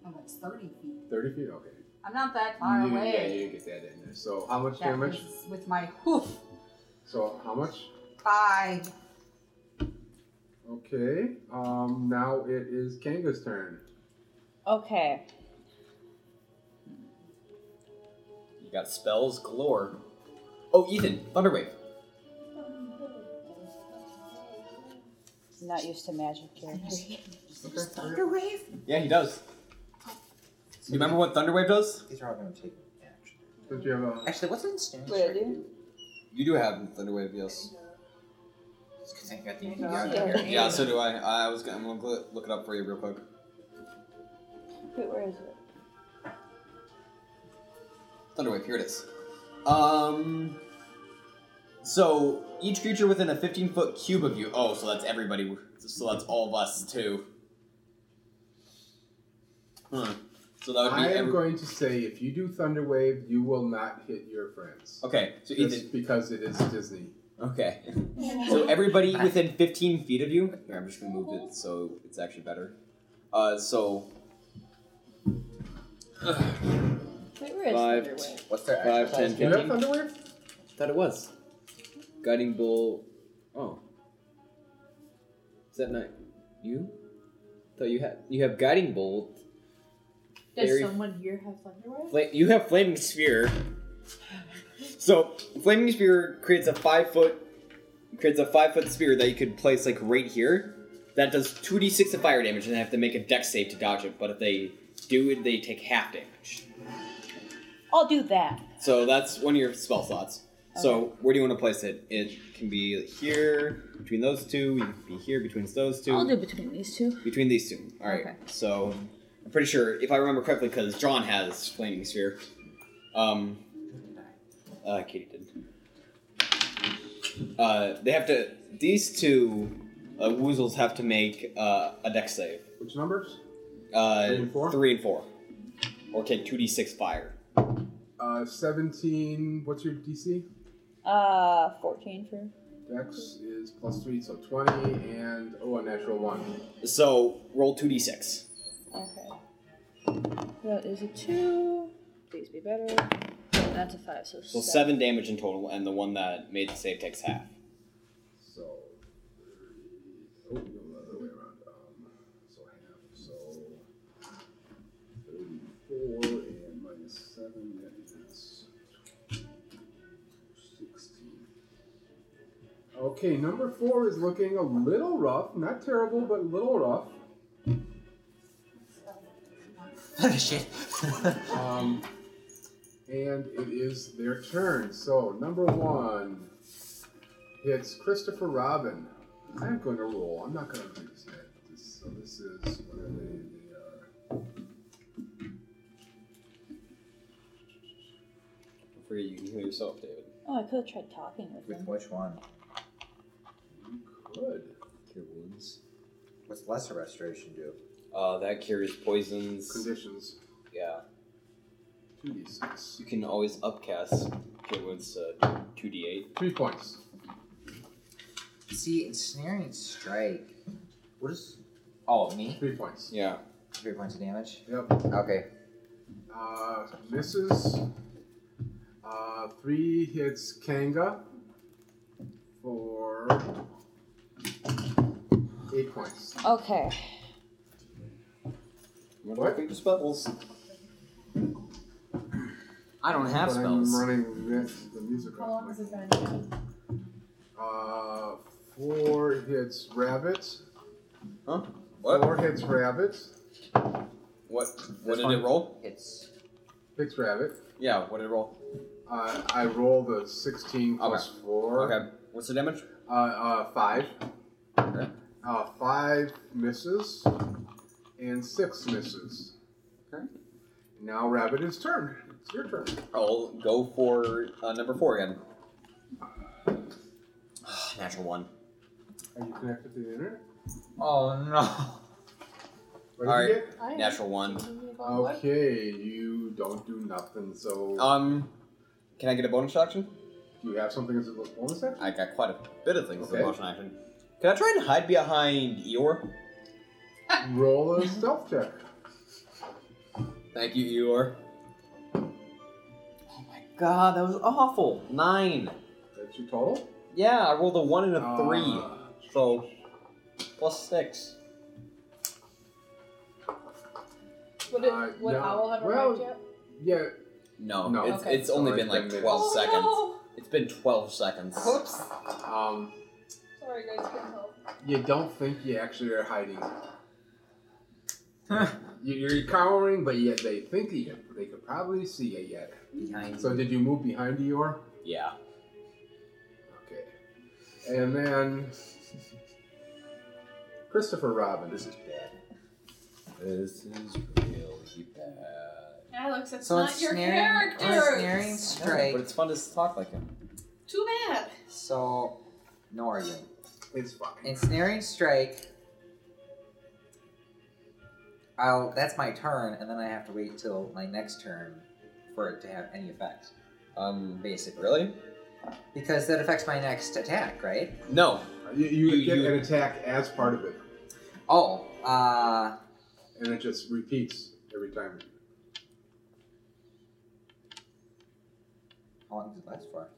[SPEAKER 7] No, that's thirty feet.
[SPEAKER 5] Thirty feet. Okay.
[SPEAKER 7] I'm not that far
[SPEAKER 5] you,
[SPEAKER 7] away.
[SPEAKER 5] Yeah, you didn't get that in there. So how much
[SPEAKER 7] That
[SPEAKER 5] damage?
[SPEAKER 7] was with my hoof.
[SPEAKER 5] So how much?
[SPEAKER 7] Five.
[SPEAKER 5] Okay. Um. Now it is Kanga's turn.
[SPEAKER 8] Okay.
[SPEAKER 6] You got spells galore. Oh, Ethan, Thunderwave.
[SPEAKER 8] I'm not used to magic characters.
[SPEAKER 3] Thunderwave?
[SPEAKER 6] Yeah, he does. Do you remember what Thunderwave does?
[SPEAKER 3] These are all going to take action.
[SPEAKER 5] Did you have a?
[SPEAKER 3] Actually, what's in Stone?
[SPEAKER 8] Wait, I do?
[SPEAKER 6] You do have Thunderwave, yes.
[SPEAKER 3] Because I got the
[SPEAKER 8] Yeah.
[SPEAKER 3] yeah.
[SPEAKER 6] Yeah, so do I. I was gonna, I'm gonna gl- look it up for you real quick.
[SPEAKER 8] Wait, where is it?
[SPEAKER 6] Thunderwave, here it is. Um. So each creature within a 15 foot cube of you. Oh, so that's everybody. So that's all of us too. Hmm. So that would be
[SPEAKER 5] I am
[SPEAKER 6] every-
[SPEAKER 5] going to say if you do Thunderwave, you will not hit your friends.
[SPEAKER 6] Okay, so
[SPEAKER 5] Just
[SPEAKER 6] Ethan-
[SPEAKER 5] because it is Disney.
[SPEAKER 6] Okay. So everybody within 15 feet of you. Here, I'm just gonna move it so it's actually better. Uh, so
[SPEAKER 8] Wait, where is
[SPEAKER 4] Five.
[SPEAKER 8] Thunderwave?
[SPEAKER 3] What's their
[SPEAKER 4] Five,
[SPEAKER 3] actual
[SPEAKER 4] ten,
[SPEAKER 3] size?
[SPEAKER 5] Do you have
[SPEAKER 4] fifteen.
[SPEAKER 5] Thunderwave?
[SPEAKER 4] Thought it was. Guiding bolt. Oh. Is that not you? Thought you had. You have guiding bolt.
[SPEAKER 19] Does
[SPEAKER 4] Very-
[SPEAKER 19] someone here have Thunderwave?
[SPEAKER 4] Fla- you have flaming sphere. So flaming sphere creates a five foot creates a five foot sphere that you could place like right here. That does two d six of fire damage, and they have to make a deck save to dodge it. But if they do it, they take half damage.
[SPEAKER 8] I'll do that.
[SPEAKER 4] So that's one of your spell slots. So where do you want to place it? It can be here between those two. You can be here between those 2
[SPEAKER 8] I'll do between these two.
[SPEAKER 4] between these two. All right.
[SPEAKER 8] Okay.
[SPEAKER 4] So I'm pretty sure, if I remember correctly, because John has flaming sphere. Um, uh, Katie did. Uh, they have to. These two uh, woozles have to make uh, a deck save.
[SPEAKER 5] Which numbers?
[SPEAKER 4] Uh,
[SPEAKER 5] Three and four?
[SPEAKER 4] Three and four. Or take two d six fire.
[SPEAKER 5] Uh, 17. What's your DC?
[SPEAKER 8] Uh, 14 for.
[SPEAKER 5] Dex is plus 3, so 20, and oh, a natural 1.
[SPEAKER 4] So roll two d six.
[SPEAKER 8] Okay. That is a two. Please be better. That's a five, so,
[SPEAKER 4] So seven damage in total, and the one that made the save takes half.
[SPEAKER 5] So. Oh, no, the other way around. Um, so half. So. 34 and minus 7, that is. 16. Okay, number 4 is looking a little rough. Not terrible, but a little rough.
[SPEAKER 3] shit.
[SPEAKER 5] Um, and it is their turn. So number one hits Christopher Robin. I'm going to roll. I'm not going to do this yet. This, so this is what are they? They are.
[SPEAKER 6] Don't forget you can heal yourself, David.
[SPEAKER 8] Oh, I could have tried talking with
[SPEAKER 3] With
[SPEAKER 8] them.
[SPEAKER 3] which one?
[SPEAKER 5] You could.
[SPEAKER 4] Cure wounds.
[SPEAKER 3] What's lesser restoration do?
[SPEAKER 4] Uh, that cures poisons.
[SPEAKER 5] Conditions. 2d6.
[SPEAKER 4] You can always upcast Kitwood's uh, 2d8.
[SPEAKER 5] Three points.
[SPEAKER 3] See, ensnaring strike. What is? Oh, me.
[SPEAKER 5] Three points.
[SPEAKER 4] Yeah.
[SPEAKER 3] Three points of damage.
[SPEAKER 5] Yep.
[SPEAKER 3] Okay.
[SPEAKER 5] Uh, misses. Uh, three hits Kanga for eight points.
[SPEAKER 10] Okay.
[SPEAKER 5] What?
[SPEAKER 4] spells.
[SPEAKER 17] I don't have
[SPEAKER 5] but
[SPEAKER 17] spells.
[SPEAKER 5] I'm running this, the music
[SPEAKER 11] How
[SPEAKER 5] off.
[SPEAKER 11] long has it been?
[SPEAKER 5] Uh, four hits Rabbit.
[SPEAKER 4] Huh?
[SPEAKER 5] Four hits Rabbit.
[SPEAKER 4] What? What did it roll?
[SPEAKER 3] It's
[SPEAKER 5] Six Rabbit.
[SPEAKER 4] Yeah. What did it roll?
[SPEAKER 5] Uh, I roll the 16 plus four.
[SPEAKER 4] Okay. What's the damage?
[SPEAKER 5] Uh, uh, five.
[SPEAKER 4] Okay.
[SPEAKER 5] Uh, five misses, and six misses.
[SPEAKER 4] Okay.
[SPEAKER 5] Now Rabbit is turn. It's your turn.
[SPEAKER 4] I'll go for uh, number four again. Natural one.
[SPEAKER 5] Are you connected to the internet?
[SPEAKER 3] Oh no.
[SPEAKER 5] What
[SPEAKER 4] All
[SPEAKER 5] did you
[SPEAKER 4] right.
[SPEAKER 5] get?
[SPEAKER 11] I am.
[SPEAKER 4] Natural one.
[SPEAKER 5] Okay, you don't do nothing. So
[SPEAKER 4] Um, can I get a bonus action?
[SPEAKER 5] do you have something as a bonus action?
[SPEAKER 4] I got quite a bit of things as
[SPEAKER 5] Okay.
[SPEAKER 4] a bonus action. Can I try and hide behind Eeyore?
[SPEAKER 5] Roll a stealth check.
[SPEAKER 4] Thank you, Eeyore. Oh my god, that was awful. Nine.
[SPEAKER 5] That's your total.
[SPEAKER 4] Yeah, I rolled a one and a three.
[SPEAKER 5] Uh,
[SPEAKER 4] So, plus six.
[SPEAKER 11] Would, it,
[SPEAKER 5] Uh,
[SPEAKER 11] would
[SPEAKER 5] no.
[SPEAKER 11] Owl have
[SPEAKER 5] Well,
[SPEAKER 11] arrived yet?
[SPEAKER 5] yeah,
[SPEAKER 4] No,
[SPEAKER 5] No.
[SPEAKER 4] it's,
[SPEAKER 11] Okay.
[SPEAKER 4] it's only
[SPEAKER 5] So
[SPEAKER 4] been
[SPEAKER 5] it's
[SPEAKER 4] like
[SPEAKER 5] been
[SPEAKER 4] 12
[SPEAKER 11] Oh,
[SPEAKER 4] seconds.
[SPEAKER 11] no.
[SPEAKER 4] It's been 12 seconds.
[SPEAKER 11] Whoops.
[SPEAKER 5] um,
[SPEAKER 11] Sorry, guys, couldn't help.
[SPEAKER 5] you don't think you actually are hiding. You- You're cowering, but yet they think you, they could probably see you yet.
[SPEAKER 3] Behind.
[SPEAKER 5] So did you move behind Eeyore?
[SPEAKER 4] Yeah.
[SPEAKER 5] Okay. And then Christopher Robin. This is bad.
[SPEAKER 1] This is really bad.
[SPEAKER 6] Alex, that's
[SPEAKER 3] So Oh,
[SPEAKER 6] not your
[SPEAKER 3] ensnaring,
[SPEAKER 6] character.
[SPEAKER 3] ensnaring
[SPEAKER 4] Yeah,
[SPEAKER 3] strike.
[SPEAKER 4] but it's fun to talk like him.
[SPEAKER 6] Too bad.
[SPEAKER 3] So, no arguing.
[SPEAKER 5] It's fine.
[SPEAKER 3] Ensnaring strike. I'll. That's my turn, and then I have to wait till my next turn for it to have any effect.
[SPEAKER 4] Um,
[SPEAKER 3] Basically,
[SPEAKER 4] really?
[SPEAKER 3] because that affects my next attack, right?
[SPEAKER 4] No.
[SPEAKER 5] You, you,
[SPEAKER 4] You-
[SPEAKER 5] get
[SPEAKER 4] you-
[SPEAKER 5] an attack as part of it,
[SPEAKER 3] Oh, uh,
[SPEAKER 5] and it just repeats every time.
[SPEAKER 3] how long does it last for?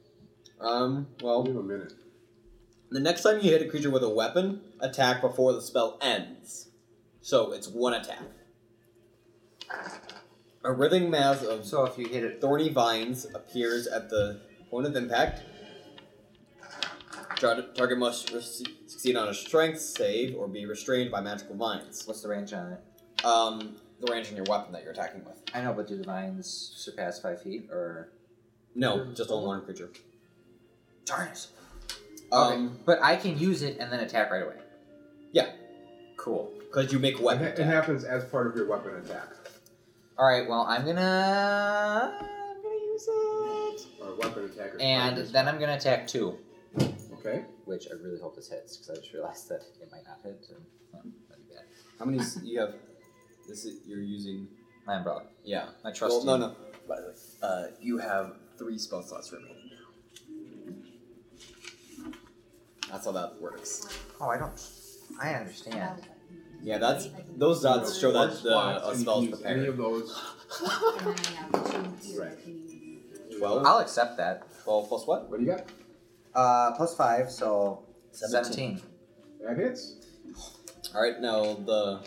[SPEAKER 4] Um,
[SPEAKER 5] I'll
[SPEAKER 4] well,
[SPEAKER 5] do a minute.
[SPEAKER 4] the next time you hit a creature with a weapon, attack before the spell ends. So it's one attack. A writhing mass of
[SPEAKER 3] So if you hit it,
[SPEAKER 4] thorny vines appears at the point of impact. Tar- Target must rec- succeed on a strength save or be restrained by magical vines.
[SPEAKER 3] what's the range on it?
[SPEAKER 4] Um, the range on your weapon that you're attacking with.
[SPEAKER 3] I know, but do the vines surpass five feet or?
[SPEAKER 4] No, just on one creature.
[SPEAKER 3] Darn it!
[SPEAKER 4] Um,
[SPEAKER 3] but I can use it and then attack right away.
[SPEAKER 4] Yeah.
[SPEAKER 3] Cool.
[SPEAKER 4] because you make
[SPEAKER 5] It,
[SPEAKER 4] weapon
[SPEAKER 5] ha- it
[SPEAKER 4] attack.
[SPEAKER 5] happens as part of your weapon attack
[SPEAKER 3] All right. Well, I'm gonna I'm gonna use it,
[SPEAKER 5] or weapon attack. is
[SPEAKER 3] and
[SPEAKER 5] part of
[SPEAKER 3] then I'm gonna attack two,
[SPEAKER 5] it. okay,
[SPEAKER 3] which I really hope this hits because I just realized that it might not hit. And, well, that'd be bad.
[SPEAKER 4] How many s- you have? This is, you're using.
[SPEAKER 3] My umbrella.
[SPEAKER 4] Yeah.
[SPEAKER 3] I trust
[SPEAKER 4] well,
[SPEAKER 3] you.
[SPEAKER 4] no, no. By the way, uh, you have three spell slots remaining now. That's how that works.
[SPEAKER 3] Oh, I don't. I understand.
[SPEAKER 4] Yeah, that's those dots show that
[SPEAKER 5] Force
[SPEAKER 4] the
[SPEAKER 5] blocks
[SPEAKER 4] uh, spell's
[SPEAKER 5] infuse Any
[SPEAKER 4] prepared.
[SPEAKER 5] of those? Right.
[SPEAKER 4] Twelve.
[SPEAKER 3] I'll accept that.
[SPEAKER 4] Twelve plus what?
[SPEAKER 5] What do you got?
[SPEAKER 3] Uh, plus five, so seventeen.
[SPEAKER 4] Seventeen.
[SPEAKER 5] That hits.
[SPEAKER 4] All right, now the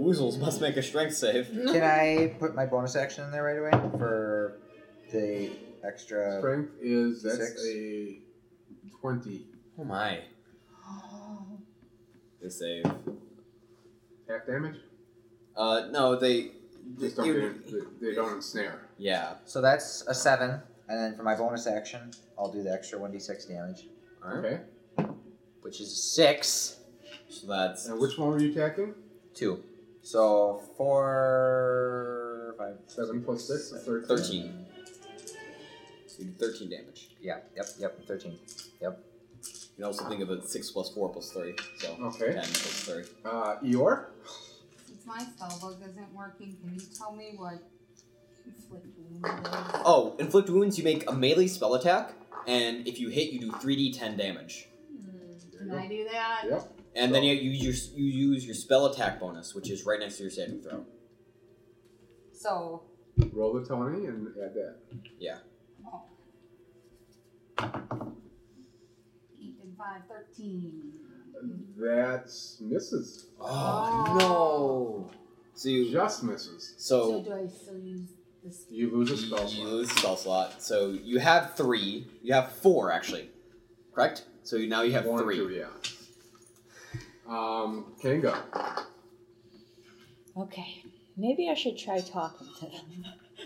[SPEAKER 4] woozles must make a strength save.
[SPEAKER 3] Can I put my bonus action in there right away for the
[SPEAKER 4] Uh,
[SPEAKER 3] extra?
[SPEAKER 5] Strength is that's
[SPEAKER 3] six.
[SPEAKER 5] a twenty.
[SPEAKER 4] Oh my! They save.
[SPEAKER 5] Half damage.
[SPEAKER 4] Uh, no, they.
[SPEAKER 5] They,
[SPEAKER 4] they
[SPEAKER 5] don't,
[SPEAKER 4] you-
[SPEAKER 5] they, they don't ensnare.
[SPEAKER 4] yeah.
[SPEAKER 3] So that's a seven, and then for my bonus action, I'll do the extra one d six damage,
[SPEAKER 4] All right.
[SPEAKER 5] Okay.
[SPEAKER 3] which is six,
[SPEAKER 4] So that's
[SPEAKER 5] And which one were you attacking?
[SPEAKER 3] two. So four, five,
[SPEAKER 5] Seven plus six is thirteen.
[SPEAKER 4] thirteen. So you do thirteen damage.
[SPEAKER 3] Yeah, yep, yep, thirteen.
[SPEAKER 4] You can also think of it six plus four plus three. So
[SPEAKER 5] Okay.
[SPEAKER 4] ten plus three.
[SPEAKER 5] Uh, Eeyore.
[SPEAKER 7] Since my spell book isn't working, can you tell me what inflict
[SPEAKER 4] Oh, inflict wounds. You make a melee spell attack, and if you hit, you do three d ten damage.
[SPEAKER 7] Can I do that?
[SPEAKER 4] And then you, you use you use your spell attack bonus, which is right next to your saving throw.
[SPEAKER 7] So,
[SPEAKER 5] Roll the Tony and add that.
[SPEAKER 4] Yeah.
[SPEAKER 7] eight and five, thirteen.
[SPEAKER 5] That's misses.
[SPEAKER 7] Oh.
[SPEAKER 5] no.
[SPEAKER 4] So you
[SPEAKER 5] just misses.
[SPEAKER 4] So
[SPEAKER 7] do I still use this?
[SPEAKER 5] you lose a spell
[SPEAKER 4] slot. You lose a spell slot. So you have three. You have four actually. Correct. So you, now you have
[SPEAKER 5] One,
[SPEAKER 4] three.
[SPEAKER 5] two, yeah. Um, Kanga.
[SPEAKER 8] Okay. Maybe I should try talking to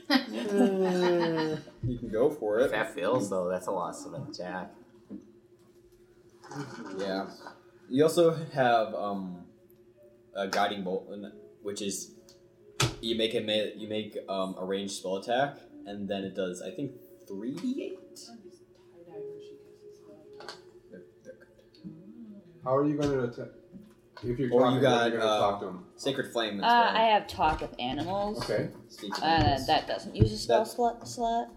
[SPEAKER 8] them.
[SPEAKER 4] You can go for it.
[SPEAKER 3] If that fails, though, that's a loss of an attack.
[SPEAKER 4] Yeah. You also have um, a guiding bolt, and- which is you make a ma- you make um, a ranged spell attack, and then it does I think three d eight.
[SPEAKER 5] How are you going to attack? If you're
[SPEAKER 4] Or
[SPEAKER 5] talking,
[SPEAKER 4] you
[SPEAKER 5] to them,
[SPEAKER 4] got
[SPEAKER 5] you're gonna talk to
[SPEAKER 4] uh,
[SPEAKER 5] them.
[SPEAKER 4] sacred flame.
[SPEAKER 8] Uh,
[SPEAKER 4] as well.
[SPEAKER 8] I have talk with animals.
[SPEAKER 5] Okay.
[SPEAKER 4] Speak to
[SPEAKER 8] Uh,
[SPEAKER 4] animals.
[SPEAKER 8] that doesn't use a spell slot. slot.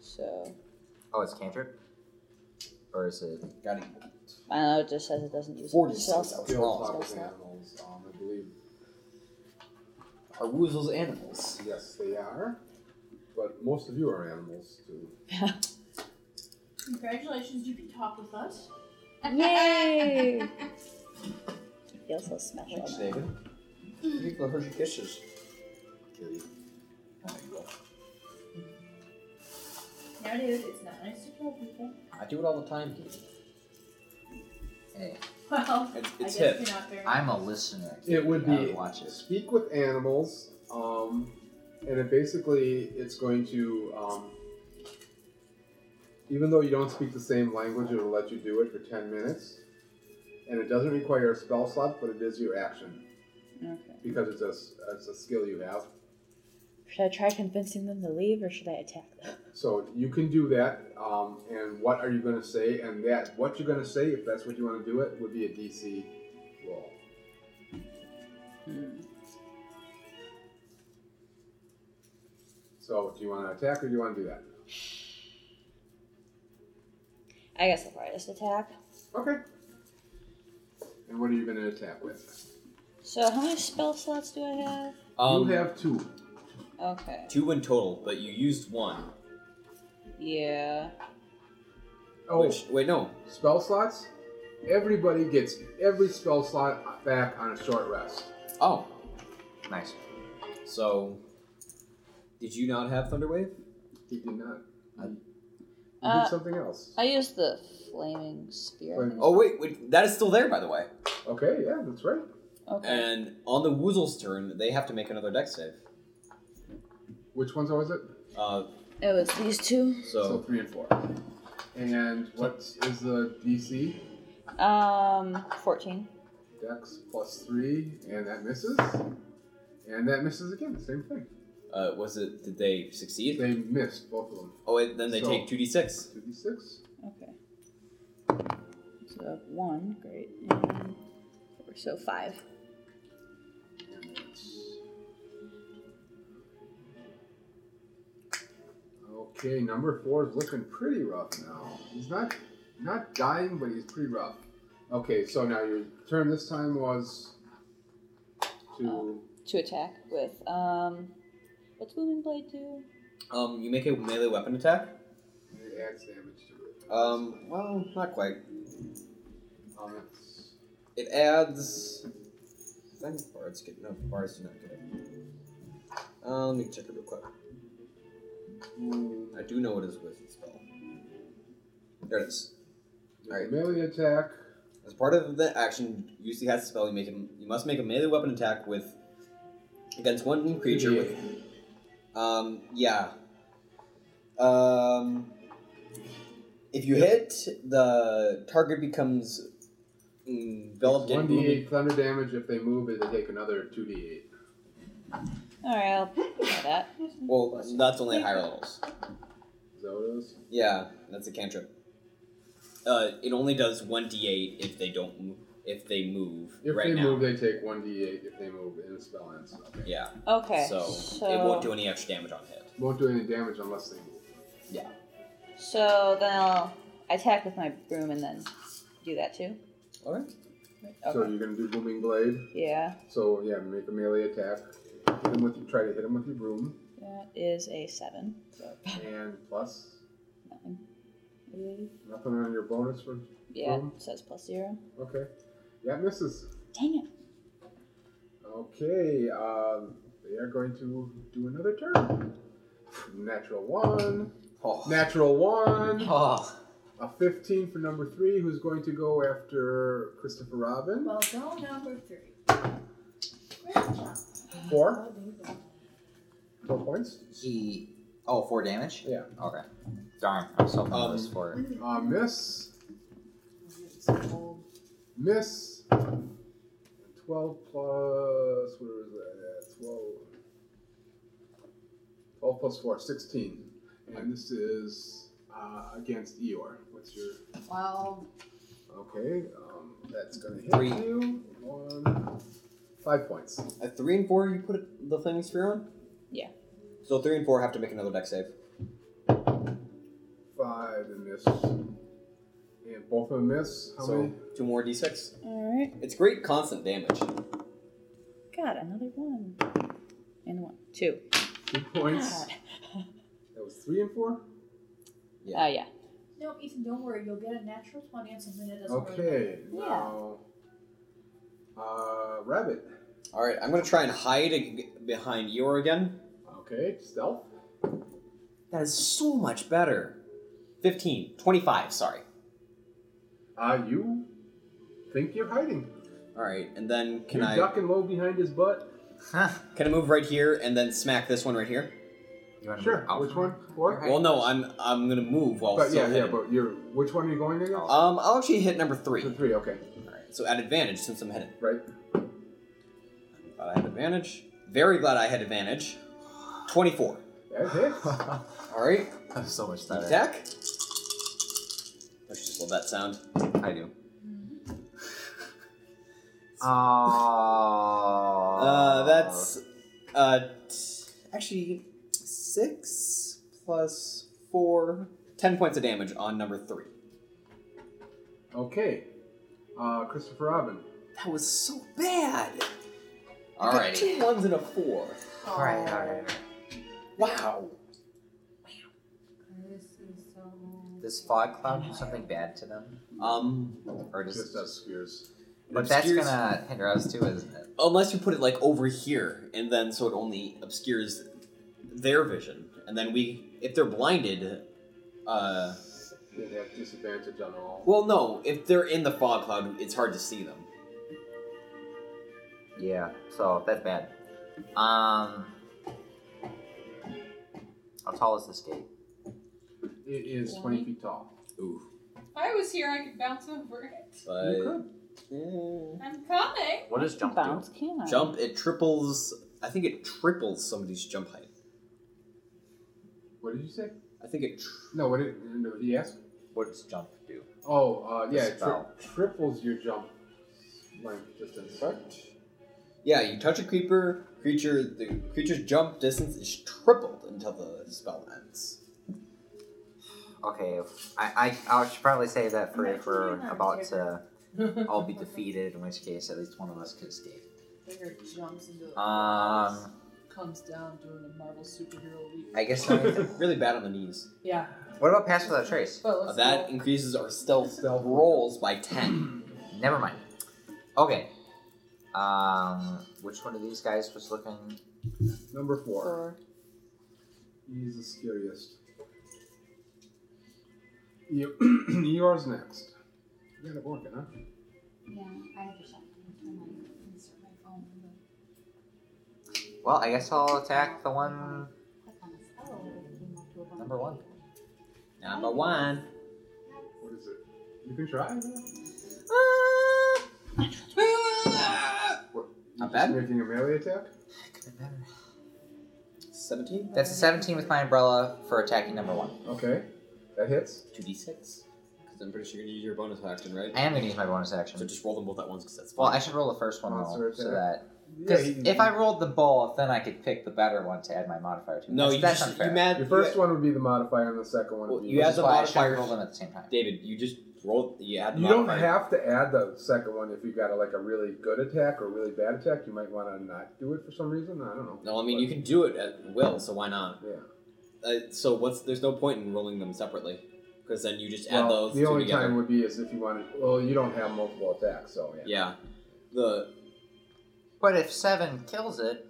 [SPEAKER 8] So
[SPEAKER 3] Oh, it's cantrip? Or is it.
[SPEAKER 4] Got it.
[SPEAKER 8] I don't know. It just says it doesn't use a spell slot.
[SPEAKER 5] Still
[SPEAKER 8] spell
[SPEAKER 5] talk to
[SPEAKER 8] slot.
[SPEAKER 5] animals, um, I believe.
[SPEAKER 4] Are woozles animals?
[SPEAKER 5] Yes, they are. But most of you are animals, too.
[SPEAKER 12] Congratulations, you can talk with us.
[SPEAKER 8] Yay! Feels so special.
[SPEAKER 4] Thanks, David. You can Hershey kisses.
[SPEAKER 3] Kill you.
[SPEAKER 12] No, dude, it's not nice to kill people.
[SPEAKER 4] I do it all the time.
[SPEAKER 3] Hey,
[SPEAKER 12] Well,
[SPEAKER 4] It's-
[SPEAKER 12] I
[SPEAKER 4] it's
[SPEAKER 12] guess
[SPEAKER 4] hip.
[SPEAKER 12] you're not very
[SPEAKER 3] I'm a listener.
[SPEAKER 5] It would
[SPEAKER 3] I
[SPEAKER 5] be-
[SPEAKER 3] Watch it.
[SPEAKER 5] Speak with animals, um, and it basically it's going to, um, even though you don't speak the same language, it'll let you do it for ten minutes, and it doesn't require a spell slot, but it is your action
[SPEAKER 8] Okay.
[SPEAKER 5] because it's a s- it's a skill you have.
[SPEAKER 8] Should I try convincing them to leave, or should I attack them?
[SPEAKER 5] So you can do that, um, and what are you going to say? And that what you're going to say, if that's what you want to do, it would be a DC roll. So do you want to attack or do you want to do that?
[SPEAKER 8] I guess I'll probably just attack.
[SPEAKER 5] Okay. And what are you going to attack with?
[SPEAKER 8] So how many spell slots do I have?
[SPEAKER 4] Um,
[SPEAKER 5] you have two.
[SPEAKER 8] Okay.
[SPEAKER 4] Two in total, but you used one.
[SPEAKER 8] Yeah.
[SPEAKER 5] Oh,
[SPEAKER 4] Which, wait, no.
[SPEAKER 5] spell slots. Everybody gets every spell slot back on a short rest.
[SPEAKER 4] Oh,
[SPEAKER 3] Nice.
[SPEAKER 4] so did you not have Thunderwave?
[SPEAKER 5] He did not. You
[SPEAKER 8] Uh,
[SPEAKER 5] did something else.
[SPEAKER 8] I used the flaming spear.
[SPEAKER 5] Flaming-
[SPEAKER 4] Oh wait, wait, that is still there, by the way.
[SPEAKER 5] Okay, yeah, that's right.
[SPEAKER 8] Okay.
[SPEAKER 4] And on the Woozle's turn, they have to make another Dex save.
[SPEAKER 5] Which one's was it?
[SPEAKER 4] Uh,
[SPEAKER 8] It was Oh, these two.
[SPEAKER 5] So
[SPEAKER 4] so
[SPEAKER 5] three and four. And what is the DC?
[SPEAKER 8] Um, fourteen.
[SPEAKER 5] Dex plus three, and that misses. And that misses again. Same thing.
[SPEAKER 4] uh, was it? Did they succeed?
[SPEAKER 5] They missed both of them.
[SPEAKER 4] Oh, and then they
[SPEAKER 5] So-
[SPEAKER 4] take two d six.
[SPEAKER 5] Two d six.
[SPEAKER 8] Okay. So one, great. And four, so five.
[SPEAKER 5] And that's- Okay, number four is looking pretty rough now. He's not not dying, but he's pretty rough. Okay, so now your turn this time was to
[SPEAKER 8] To attack with um, what's booming blade do?
[SPEAKER 4] Um, you make a melee weapon attack.
[SPEAKER 5] it adds damage to it.
[SPEAKER 4] Um, well, not quite.
[SPEAKER 5] Um, it's-
[SPEAKER 4] It adds. I think bards get no bards do not get it. Uh, let me check it real quick. I do know what his wisdom spell. There it is. All right.
[SPEAKER 5] melee attack.
[SPEAKER 4] As part of the action, you usually has a spell. You make him. You must make a melee weapon attack with against one creature with. Um. Yeah. Um. If you hit, the target becomes enveloped
[SPEAKER 5] One
[SPEAKER 4] in
[SPEAKER 5] d
[SPEAKER 4] movement.
[SPEAKER 5] eight thunder damage. If they move, it, they take another two d eight.
[SPEAKER 8] All right, I'll try that.
[SPEAKER 4] Well, that's only at higher levels.
[SPEAKER 5] Is that what it is?
[SPEAKER 4] Yeah, that's a cantrip. Uh, it only does one d8 if they don't move, if they move
[SPEAKER 5] If
[SPEAKER 4] right
[SPEAKER 5] they
[SPEAKER 4] now.
[SPEAKER 5] move, they take one d eight. If they move, and the spell ends. Okay.
[SPEAKER 4] Yeah.
[SPEAKER 8] Okay.
[SPEAKER 4] So,
[SPEAKER 8] So
[SPEAKER 4] it won't do any extra damage on hit.
[SPEAKER 5] Won't do any damage unless they move.
[SPEAKER 4] Yeah.
[SPEAKER 12] So then I'll attack with my broom and then do that too.
[SPEAKER 4] Alright.
[SPEAKER 5] So you're gonna do booming blade.
[SPEAKER 12] Yeah,
[SPEAKER 5] So yeah, make a melee attack. Hit him with try to hit him with your broom
[SPEAKER 12] that is a seven. So
[SPEAKER 5] and plus
[SPEAKER 12] nothing. I
[SPEAKER 20] Mm-hmm.
[SPEAKER 12] believe.
[SPEAKER 5] nothing on your bonus for
[SPEAKER 12] Yeah,
[SPEAKER 5] broom.
[SPEAKER 12] it says plus zero.
[SPEAKER 5] Okay. Yeah, misses.
[SPEAKER 12] Dang it.
[SPEAKER 5] Okay, um, they are going to do another turn. Natural one. Natural one.
[SPEAKER 3] Oh,
[SPEAKER 5] A 15 for number three, who's going to go after Christopher Robin.
[SPEAKER 20] Well, go number three.
[SPEAKER 5] Four. Four points.
[SPEAKER 3] He. Oh, four damage?
[SPEAKER 5] Yeah.
[SPEAKER 3] Okay. Darn, I'm so close for it.
[SPEAKER 5] Uh, miss. Miss. 12 plus. Where is that? at? 12. 12 plus 4, 16. And this is uh, against Eeyore. What's your.
[SPEAKER 7] Well,
[SPEAKER 5] Okay, um, that's going to hit
[SPEAKER 4] Three.
[SPEAKER 5] you. One. Five points.
[SPEAKER 4] At three and four, you put the flaming spear on.
[SPEAKER 12] Yeah.
[SPEAKER 4] So three and four have to make another deck save.
[SPEAKER 5] Five and miss. And both of them miss. How
[SPEAKER 4] so
[SPEAKER 5] many?
[SPEAKER 4] two more d6.
[SPEAKER 12] Alright.
[SPEAKER 4] It's great constant damage.
[SPEAKER 12] God, another one. And one. Two.
[SPEAKER 5] Two points. That was three and four?
[SPEAKER 12] Yeah. Uh, yeah.
[SPEAKER 20] No, Ethan, don't worry. You'll get a natural 20 on something that doesn't
[SPEAKER 5] Okay,
[SPEAKER 20] really matter.
[SPEAKER 5] now. Uh, Rabbit.
[SPEAKER 4] All right, I'm gonna try and hide ag- behind Eeyore again.
[SPEAKER 5] Okay, stealth.
[SPEAKER 4] That is so much better. 15, 25, sorry.
[SPEAKER 5] Uh, you think you're hiding.
[SPEAKER 4] All right, and then can
[SPEAKER 5] you're
[SPEAKER 4] I
[SPEAKER 5] ducking low behind his butt.
[SPEAKER 4] can I move right here and then smack this one right here?
[SPEAKER 3] You want
[SPEAKER 5] Sure. Which one? Four?
[SPEAKER 4] Well, no, I'm I'm gonna move while
[SPEAKER 5] but
[SPEAKER 4] still
[SPEAKER 5] yeah, yeah,
[SPEAKER 4] hidden.
[SPEAKER 5] but you're. Which one are you going against?
[SPEAKER 4] Um, I'll actually hit number three.
[SPEAKER 5] The three, okay.
[SPEAKER 4] So at advantage since I'm hidden.
[SPEAKER 5] Right.
[SPEAKER 4] I'm glad I had advantage. Very glad I had advantage. 24.
[SPEAKER 5] That hits.
[SPEAKER 4] All right.
[SPEAKER 3] I'm so much better.
[SPEAKER 4] Attack. I should just love that sound.
[SPEAKER 3] I do. Oh.
[SPEAKER 4] Uh, that's uh, t- actually six plus four. Ten points of damage on number three.
[SPEAKER 5] Okay. Uh, Christopher Robin.
[SPEAKER 4] That was so bad. I got
[SPEAKER 3] Alrighty.
[SPEAKER 4] Two ones and a four.
[SPEAKER 3] Alright, alright, alright.
[SPEAKER 4] Wow.
[SPEAKER 7] this is so.
[SPEAKER 3] Does fog cloud do something bad to them?
[SPEAKER 4] Um,
[SPEAKER 3] Or does
[SPEAKER 5] Just obscures.
[SPEAKER 3] But that's
[SPEAKER 4] obscures-
[SPEAKER 3] gonna hinder us too, isn't it?
[SPEAKER 4] Unless you put it like over here, and then so it only obscures their vision, and then we, if they're blinded, uh,
[SPEAKER 5] They'd have disadvantage on all.
[SPEAKER 4] well, no, if they're in the fog cloud, it's hard to see them.
[SPEAKER 3] Yeah, so that's bad. Um. How tall is this gate?
[SPEAKER 5] It is 20 feet tall.
[SPEAKER 4] Ooh,
[SPEAKER 6] If I was here, I could bounce over it.
[SPEAKER 4] but
[SPEAKER 6] I'm coming.
[SPEAKER 3] What does jump
[SPEAKER 12] Bounce can I?
[SPEAKER 4] jump it triples. I think it triples somebody's jump height.
[SPEAKER 5] What did you say?
[SPEAKER 4] I think it. Tri-
[SPEAKER 5] No, what did no, he asked?
[SPEAKER 3] What does jump do?
[SPEAKER 5] Oh, uh, yeah, it tri-
[SPEAKER 3] spell.
[SPEAKER 5] triples your jump length distance.
[SPEAKER 4] yeah, you touch a creeper, creature, the creature's jump distance is tripled until the spell ends.
[SPEAKER 3] Okay, I, I, I should probably save that for
[SPEAKER 20] I'm
[SPEAKER 3] if we're
[SPEAKER 20] actually not
[SPEAKER 3] about to all be defeated, in which case at least one of us could escape.
[SPEAKER 8] Bigger jumps into the
[SPEAKER 3] Um,
[SPEAKER 8] comes down doing a Marvel superhero leap.
[SPEAKER 3] I guess. I need to-
[SPEAKER 4] really bad on the knees.
[SPEAKER 8] Yeah.
[SPEAKER 3] what about pass without trace?
[SPEAKER 8] But
[SPEAKER 4] Uh,
[SPEAKER 8] let's
[SPEAKER 4] that increases our stealth, stealth rolls by ten.
[SPEAKER 3] Never mind. Okay. Um, which one of these guys was looking?
[SPEAKER 5] Number four.
[SPEAKER 12] Four.
[SPEAKER 5] He's the scariest. You, yours next. You got it working, huh?
[SPEAKER 7] Yeah, I have to shut my phone. Insert my phone. in the-
[SPEAKER 3] Well, I guess I'll attack the one.
[SPEAKER 7] click on the spell and it came up to a
[SPEAKER 3] Number one.
[SPEAKER 4] Number one.
[SPEAKER 5] What is it? You can try. What,
[SPEAKER 4] Not
[SPEAKER 5] you just
[SPEAKER 4] bad.
[SPEAKER 5] Making a melee attack.
[SPEAKER 4] Seventeen.
[SPEAKER 3] That's a 17 with my umbrella for attacking number one.
[SPEAKER 5] Okay, that hits.
[SPEAKER 4] Two d six. Because I'm pretty sure you're gonna use your bonus action, right?
[SPEAKER 3] I am going to use my bonus
[SPEAKER 4] So
[SPEAKER 3] action.
[SPEAKER 4] just roll them both at once, because that's
[SPEAKER 3] Well,
[SPEAKER 4] fine.
[SPEAKER 3] I should roll the first one though,
[SPEAKER 5] Monster
[SPEAKER 3] so
[SPEAKER 5] attack.
[SPEAKER 3] that Because
[SPEAKER 5] Yeah, he-
[SPEAKER 3] if I rolled the both, then I could pick the better one to add my modifier to.
[SPEAKER 5] No,
[SPEAKER 3] that's,
[SPEAKER 5] you
[SPEAKER 3] that's
[SPEAKER 5] just-
[SPEAKER 3] unfair.
[SPEAKER 5] you mad- Your first one would be the modifier, and the second one would be.
[SPEAKER 4] you add the modifier
[SPEAKER 3] roll them at the same time.
[SPEAKER 4] David, you just roll. You add the
[SPEAKER 5] You don't
[SPEAKER 4] modifier.
[SPEAKER 5] have to add the second one if you got a, like a really good attack or really bad attack. You might want to not do it for some reason. I don't know.
[SPEAKER 4] No, I mean you can do it at will, so why not?
[SPEAKER 5] Yeah.
[SPEAKER 4] Uh, so what's there's no point in rolling them separately, because then you just add
[SPEAKER 5] Well,
[SPEAKER 4] those
[SPEAKER 5] the
[SPEAKER 4] two
[SPEAKER 5] only
[SPEAKER 4] together.
[SPEAKER 5] time would be is if you wanted. Well, you don't have multiple attacks, so yeah.
[SPEAKER 4] yeah, the
[SPEAKER 3] But if seven kills it,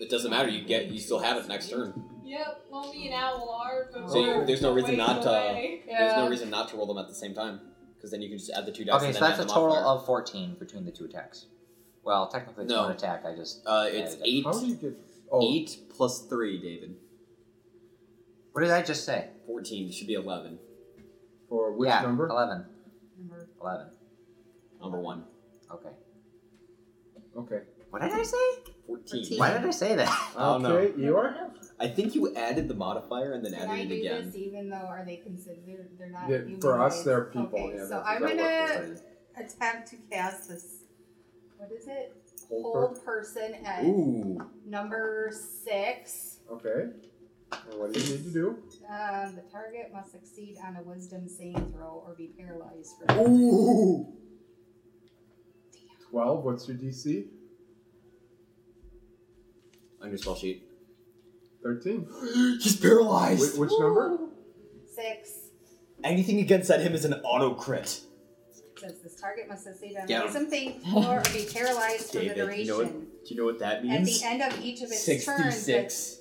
[SPEAKER 4] it doesn't matter. You get you still have it next turn.
[SPEAKER 6] Yep, Lomi and Owl are. but
[SPEAKER 4] So you, there's no
[SPEAKER 6] we're
[SPEAKER 4] reason
[SPEAKER 6] way
[SPEAKER 4] not to.
[SPEAKER 6] away.
[SPEAKER 4] There's no reason not to roll them at the same time, because then you can just add the two dice.
[SPEAKER 3] okay,
[SPEAKER 4] and
[SPEAKER 3] so
[SPEAKER 4] then
[SPEAKER 3] that's a
[SPEAKER 4] add the
[SPEAKER 3] total
[SPEAKER 4] modifier.
[SPEAKER 3] of fourteen between the two attacks. Well, technically it's
[SPEAKER 4] No.
[SPEAKER 3] one attack. I just
[SPEAKER 4] Uh, it's
[SPEAKER 3] added it.
[SPEAKER 4] eight.
[SPEAKER 5] How do you get? oh,
[SPEAKER 4] Eight plus three, David.
[SPEAKER 3] What did I just say?
[SPEAKER 4] Fourteen should be eleven.
[SPEAKER 5] For which
[SPEAKER 3] yeah,
[SPEAKER 5] number?
[SPEAKER 3] Eleven. Eleven.
[SPEAKER 4] Number one.
[SPEAKER 3] Okay.
[SPEAKER 5] Okay.
[SPEAKER 3] What did I say?
[SPEAKER 4] Fourteen.
[SPEAKER 3] Why did I say that?
[SPEAKER 4] I don't
[SPEAKER 5] Okay,
[SPEAKER 4] know.
[SPEAKER 5] you are.
[SPEAKER 4] I think you added the modifier and then
[SPEAKER 7] Can I
[SPEAKER 4] added
[SPEAKER 7] do
[SPEAKER 4] it again.
[SPEAKER 7] this even though are they considered they're not
[SPEAKER 4] Yeah,
[SPEAKER 7] human
[SPEAKER 4] for us,
[SPEAKER 7] race?
[SPEAKER 4] they're people,
[SPEAKER 7] Uh, Okay,
[SPEAKER 4] yeah,
[SPEAKER 7] so
[SPEAKER 4] that's-
[SPEAKER 7] I'm
[SPEAKER 4] that
[SPEAKER 7] gonna
[SPEAKER 4] works
[SPEAKER 7] attempt to cast this. What is it?
[SPEAKER 5] Hold
[SPEAKER 7] Whole person at
[SPEAKER 5] Ooh.
[SPEAKER 7] number six.
[SPEAKER 5] Okay. And what do you need to do?
[SPEAKER 7] Um, the target must succeed on a Wisdom saving throw or be paralyzed for.
[SPEAKER 5] Ooh. Twelve. What's your DC?
[SPEAKER 4] On your spell sheet.
[SPEAKER 5] Thirteen.
[SPEAKER 4] He's paralyzed.
[SPEAKER 5] Wh- which number?
[SPEAKER 7] Six.
[SPEAKER 4] Anything against that him is an auto crit.
[SPEAKER 7] Says this target must succeed on
[SPEAKER 4] Yeah.
[SPEAKER 7] a Wisdom saving throw or be paralyzed for the
[SPEAKER 4] David, you know what?
[SPEAKER 7] duration.
[SPEAKER 4] Do you know what that
[SPEAKER 7] At
[SPEAKER 4] means?
[SPEAKER 7] the end of each of its turns, the
[SPEAKER 4] Sixty-six.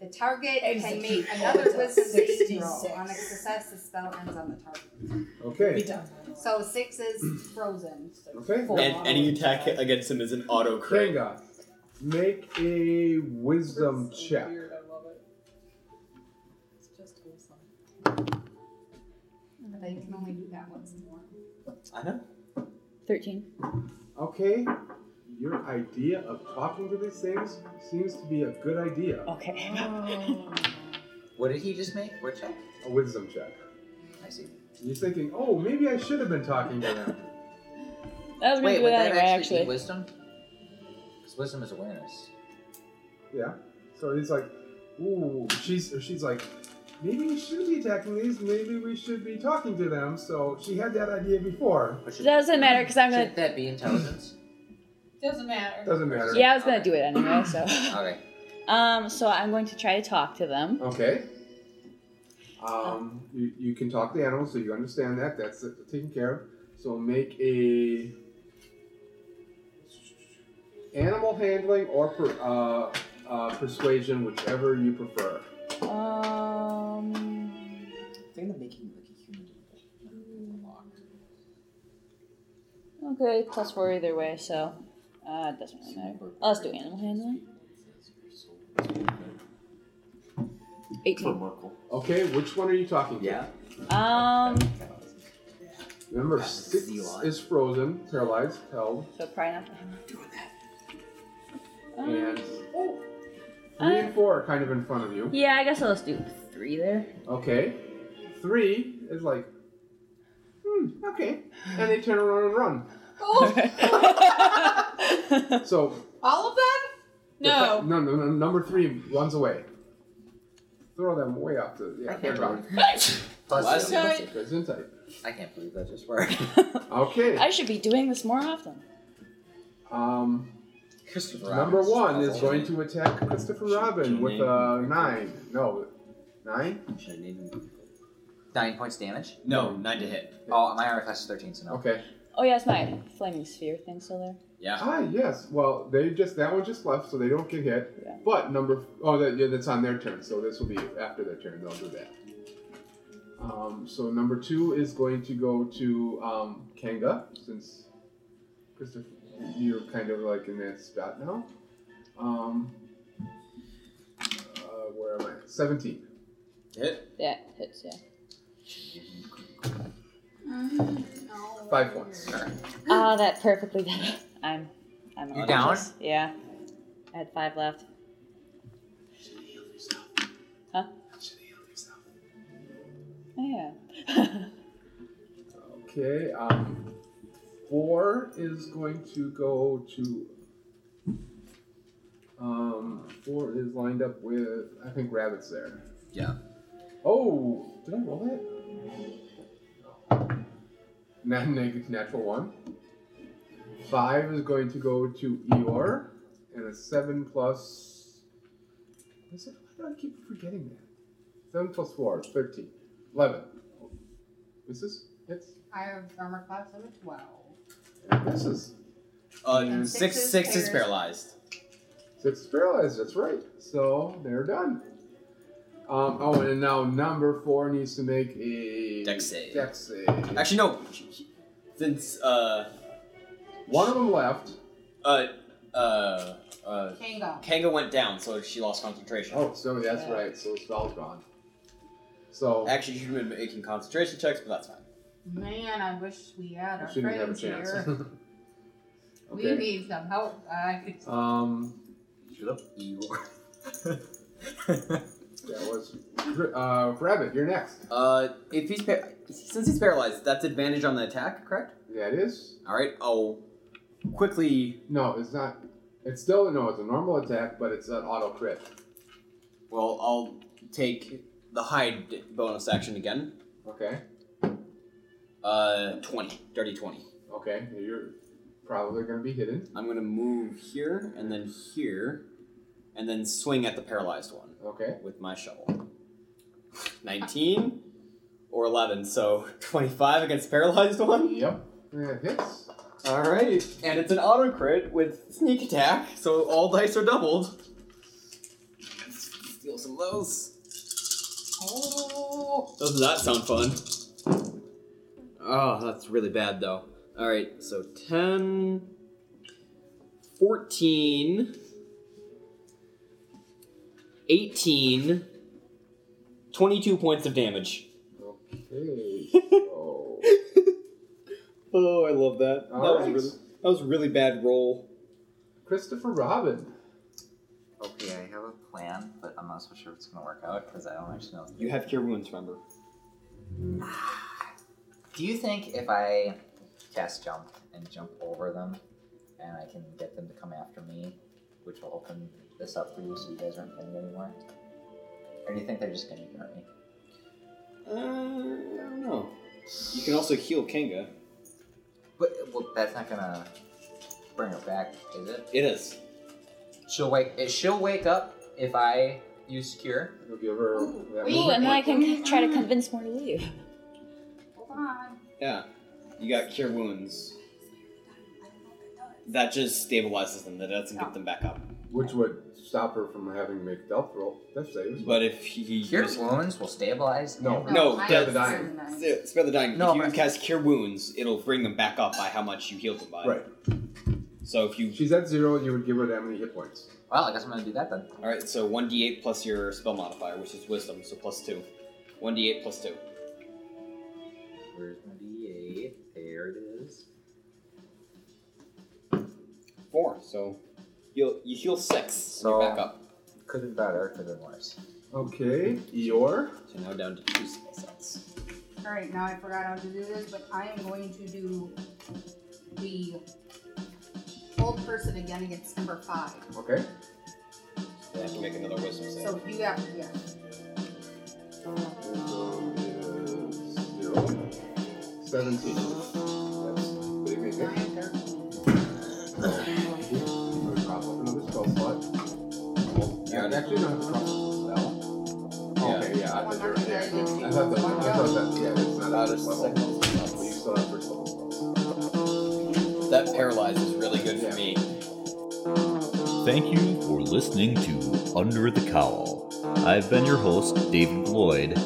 [SPEAKER 7] The target can make
[SPEAKER 12] Execute.
[SPEAKER 7] another wisdom saving throw.
[SPEAKER 12] 66.
[SPEAKER 7] On a success, the spell ends on the target.
[SPEAKER 5] Okay.
[SPEAKER 7] So six is frozen.
[SPEAKER 5] Okay.
[SPEAKER 4] And any attack against him is an auto crit.
[SPEAKER 5] Kanga, make a wisdom check.
[SPEAKER 12] It's just awesome.
[SPEAKER 7] But you can only do that once more.
[SPEAKER 4] I know.
[SPEAKER 8] Thirteen.
[SPEAKER 5] Okay. Your idea of talking to these things seems to be a good idea.
[SPEAKER 8] Okay.
[SPEAKER 3] What did he just make? What check?
[SPEAKER 5] A wisdom check.
[SPEAKER 3] I see.
[SPEAKER 5] You're thinking, oh, maybe I should have been talking to them.
[SPEAKER 8] I was gonna
[SPEAKER 3] Wait,
[SPEAKER 8] do
[SPEAKER 3] would
[SPEAKER 8] that
[SPEAKER 3] that
[SPEAKER 8] anyway,
[SPEAKER 3] actually
[SPEAKER 8] actually.
[SPEAKER 3] be wisdom? Because wisdom is awareness.
[SPEAKER 5] yeah. So he's like, ooh, she's or she's like, maybe we should be attacking these. Maybe we should be talking to them. So she had that idea before.
[SPEAKER 8] Doesn't matter because
[SPEAKER 12] Uh,
[SPEAKER 8] I'm gonna.
[SPEAKER 3] Should that be intelligence?
[SPEAKER 21] Doesn't matter.
[SPEAKER 5] Doesn't matter.
[SPEAKER 8] Yeah, I was gonna do it anyway. So,
[SPEAKER 3] okay.
[SPEAKER 8] um, so I'm going to try to talk to them.
[SPEAKER 5] Okay. Um, you, you can talk to animals, so you understand that. That's uh, taken care of. So make a animal handling or per, uh, uh, persuasion, whichever you prefer.
[SPEAKER 8] Um.
[SPEAKER 4] Thing that making like a human.
[SPEAKER 8] Okay, plus four either way, so uh, it doesn't really matter. Oh, Let's do animal handling. Eighteen.
[SPEAKER 5] Okay, which one are you talking to? Yeah.
[SPEAKER 8] Um,
[SPEAKER 5] Remember, six is frozen, paralyzed, held,
[SPEAKER 8] so probably not. Um,
[SPEAKER 5] and three and four are kind of in front of you.
[SPEAKER 8] yeah, I guess I'll just do three there.
[SPEAKER 5] Okay. Three is like, hmm, okay. And they turn around and run. So
[SPEAKER 6] Oh, All of them?
[SPEAKER 5] the
[SPEAKER 6] No.
[SPEAKER 5] fa- no, no, no. Number three runs away. Throw them way off to yeah.
[SPEAKER 3] I can't
[SPEAKER 5] they're gone.
[SPEAKER 3] Plus
[SPEAKER 8] Well,
[SPEAKER 3] two.
[SPEAKER 8] that's-
[SPEAKER 5] Okay, Zintai.
[SPEAKER 3] I can't believe that just worked.
[SPEAKER 5] Okay.
[SPEAKER 8] I should be doing this more often.
[SPEAKER 5] Um, number one is going to attack Christopher Robin with a nine. No, nine.
[SPEAKER 3] Nine points damage.
[SPEAKER 4] No, nine to hit.
[SPEAKER 3] Oh, my armor class is thirteen, so no.
[SPEAKER 5] Okay.
[SPEAKER 8] Oh yeah, it's my flaming sphere thing still there.
[SPEAKER 4] Yeah.
[SPEAKER 5] Ah, yes. Well, they just that one just left, so they don't get hit. But number oh, that, yeah, that's on their turn. So this will be after their turn. They'll do that. Um, so number two is going to go to um, Kanga since Christopher, you're kind of like in that spot now. Um, uh, where am I? Seventeen.
[SPEAKER 4] Hit.
[SPEAKER 8] Yeah, hits. Yeah.
[SPEAKER 5] Five points.
[SPEAKER 8] Ah, that perfectly did it. I'm, I'm.
[SPEAKER 5] You
[SPEAKER 8] unconscious. Yeah. I had five left. Huh? Oh, yeah.
[SPEAKER 5] Okay. Um, four is going to go to um, four is lined up with, I think, Rabbit's there.
[SPEAKER 4] Yeah.
[SPEAKER 5] Oh, did I roll that? Not negative, natural one. Five is going to go to Eeyore, and a seven plus. what is it? Why do I keep forgetting that? Seven plus four, 13. 11. This is hits.
[SPEAKER 7] I have armor class of a 12.
[SPEAKER 5] This is.
[SPEAKER 4] Uh, six, six is paralyzed.
[SPEAKER 5] Six is paralyzed, that's right. So they're done. Um, oh, and now number four needs to make a.
[SPEAKER 4] Dex save.
[SPEAKER 5] Dex save.
[SPEAKER 4] Actually, no. Since uh,
[SPEAKER 5] one of them left.
[SPEAKER 4] Uh, uh, uh.
[SPEAKER 7] Kanga.
[SPEAKER 4] Kanga went down, so she lost concentration.
[SPEAKER 5] Oh, so that's right. So spell's gone. So
[SPEAKER 4] actually, she's been making concentration checks, but that's fine.
[SPEAKER 7] Man, I wish we had our
[SPEAKER 5] She didn't have a
[SPEAKER 7] friends
[SPEAKER 5] chance.
[SPEAKER 7] here. We
[SPEAKER 5] Okay.
[SPEAKER 7] need some help, guys.
[SPEAKER 5] um.
[SPEAKER 4] Shut up, Eeyore.
[SPEAKER 5] That was. Uh, Rabbit, you're next.
[SPEAKER 4] Uh, if he's par- since he's paralyzed, that's advantage on the attack, correct?
[SPEAKER 5] That is.
[SPEAKER 4] All right. I'll quickly.
[SPEAKER 5] No, it's not. It's still no. It's a normal attack, but it's an auto crit.
[SPEAKER 4] Well, I'll take the hide bonus action again.
[SPEAKER 5] Okay.
[SPEAKER 4] Uh, twenty, dirty twenty.
[SPEAKER 5] Okay. You're probably gonna be hidden.
[SPEAKER 4] I'm gonna move here and then here, and then swing at the paralyzed one.
[SPEAKER 5] Okay.
[SPEAKER 4] With my shovel. Nineteen or eleven, so twenty-five against paralyzed one.
[SPEAKER 5] Yep. That hits.
[SPEAKER 4] All right, and it's an auto crit with sneak attack, so all dice are doubled. Steal some of those.
[SPEAKER 7] Oh.
[SPEAKER 4] Does not sound fun? Oh, that's really bad though. All right, so 10, 14, 18, 22 points of damage.
[SPEAKER 5] Okay.
[SPEAKER 4] Oh, I love that.
[SPEAKER 5] All
[SPEAKER 4] that,
[SPEAKER 5] right.
[SPEAKER 4] was really, that was a really bad roll.
[SPEAKER 5] Christopher Robin.
[SPEAKER 3] Okay, I have a plan, but I'm not so sure if it's gonna work out because I don't actually know.
[SPEAKER 4] You have cure wounds, remember?
[SPEAKER 3] Do you think if I cast jump and jump over them, and I can get them to come after me, which will open this up for you, so you guys aren't pinned anymore? Or do you think they're just gonna ignore me?
[SPEAKER 4] Uh, I don't know. You can also heal Kenga.
[SPEAKER 3] But well, that's not gonna bring her back, is it?
[SPEAKER 4] It is.
[SPEAKER 3] She'll wake. eh, She'll wake up if I use cure.
[SPEAKER 5] You'll give her.
[SPEAKER 8] Ooh, and then I can try to convince more to leave.
[SPEAKER 7] Hold on.
[SPEAKER 4] Yeah, you got cure wounds. That just stabilizes them. That doesn't get them back up.
[SPEAKER 5] Which would stop her from having to make a death roll. Death saves.
[SPEAKER 4] But if he
[SPEAKER 3] Cure wounds will stabilize.
[SPEAKER 5] No.
[SPEAKER 3] and-
[SPEAKER 4] no,
[SPEAKER 5] No, I
[SPEAKER 4] that-
[SPEAKER 5] have dying.
[SPEAKER 4] s- spare the dying.
[SPEAKER 3] No,
[SPEAKER 4] if you
[SPEAKER 3] but-
[SPEAKER 4] cast cure wounds, it'll bring them back up by how much you healed them by.
[SPEAKER 5] Right.
[SPEAKER 4] So if you
[SPEAKER 5] She's at zero, you would give her that many hit points.
[SPEAKER 3] Well, I guess I'm gonna do that then.
[SPEAKER 4] all right, so one d8 plus your spell modifier, which is wisdom, so plus two. One d8 plus two.
[SPEAKER 3] Where's my D8? There it is.
[SPEAKER 4] Four. So you you heal six. So
[SPEAKER 3] So-
[SPEAKER 4] you're back up.
[SPEAKER 3] Could have been better. Could have been worse.
[SPEAKER 5] Okay. Eeyore.
[SPEAKER 4] So now down to two spell slots.
[SPEAKER 7] Alright, now I forgot how to do this, but I am going to do the old person again against number five.
[SPEAKER 5] Okay.
[SPEAKER 4] You have to make another wisdom save.
[SPEAKER 7] So you have, yeah.
[SPEAKER 5] Wisdom is zero. Seventeen. That's big, big, big. So we Drop up another spell slot. Yeah, and actually, don't have to drop spell. Okay, yeah, I thought you were there. I thought that. I thought that. Yeah, it's not out of level. But you still have first level spells.
[SPEAKER 4] That paralyze is really good for me.
[SPEAKER 2] Thank you for listening to Under the Cowl. I've been your host, David Lloyd.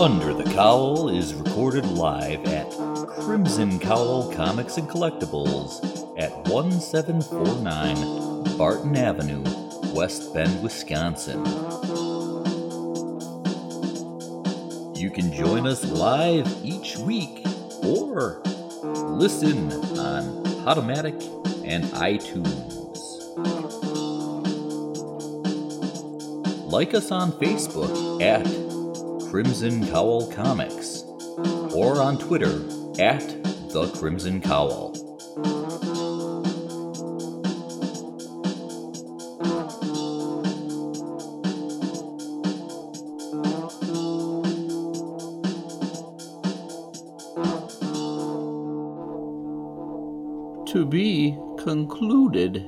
[SPEAKER 2] Under the Cowl is recorded live at Crimson Cowl Comics and Collectibles at 1749 Barton Avenue, West Bend, Wisconsin. You can join us live each week or listen on Podomatic and iTunes. Like us on Facebook at Crimson Cowl Comics or on Twitter at The Crimson Cowl. to be concluded.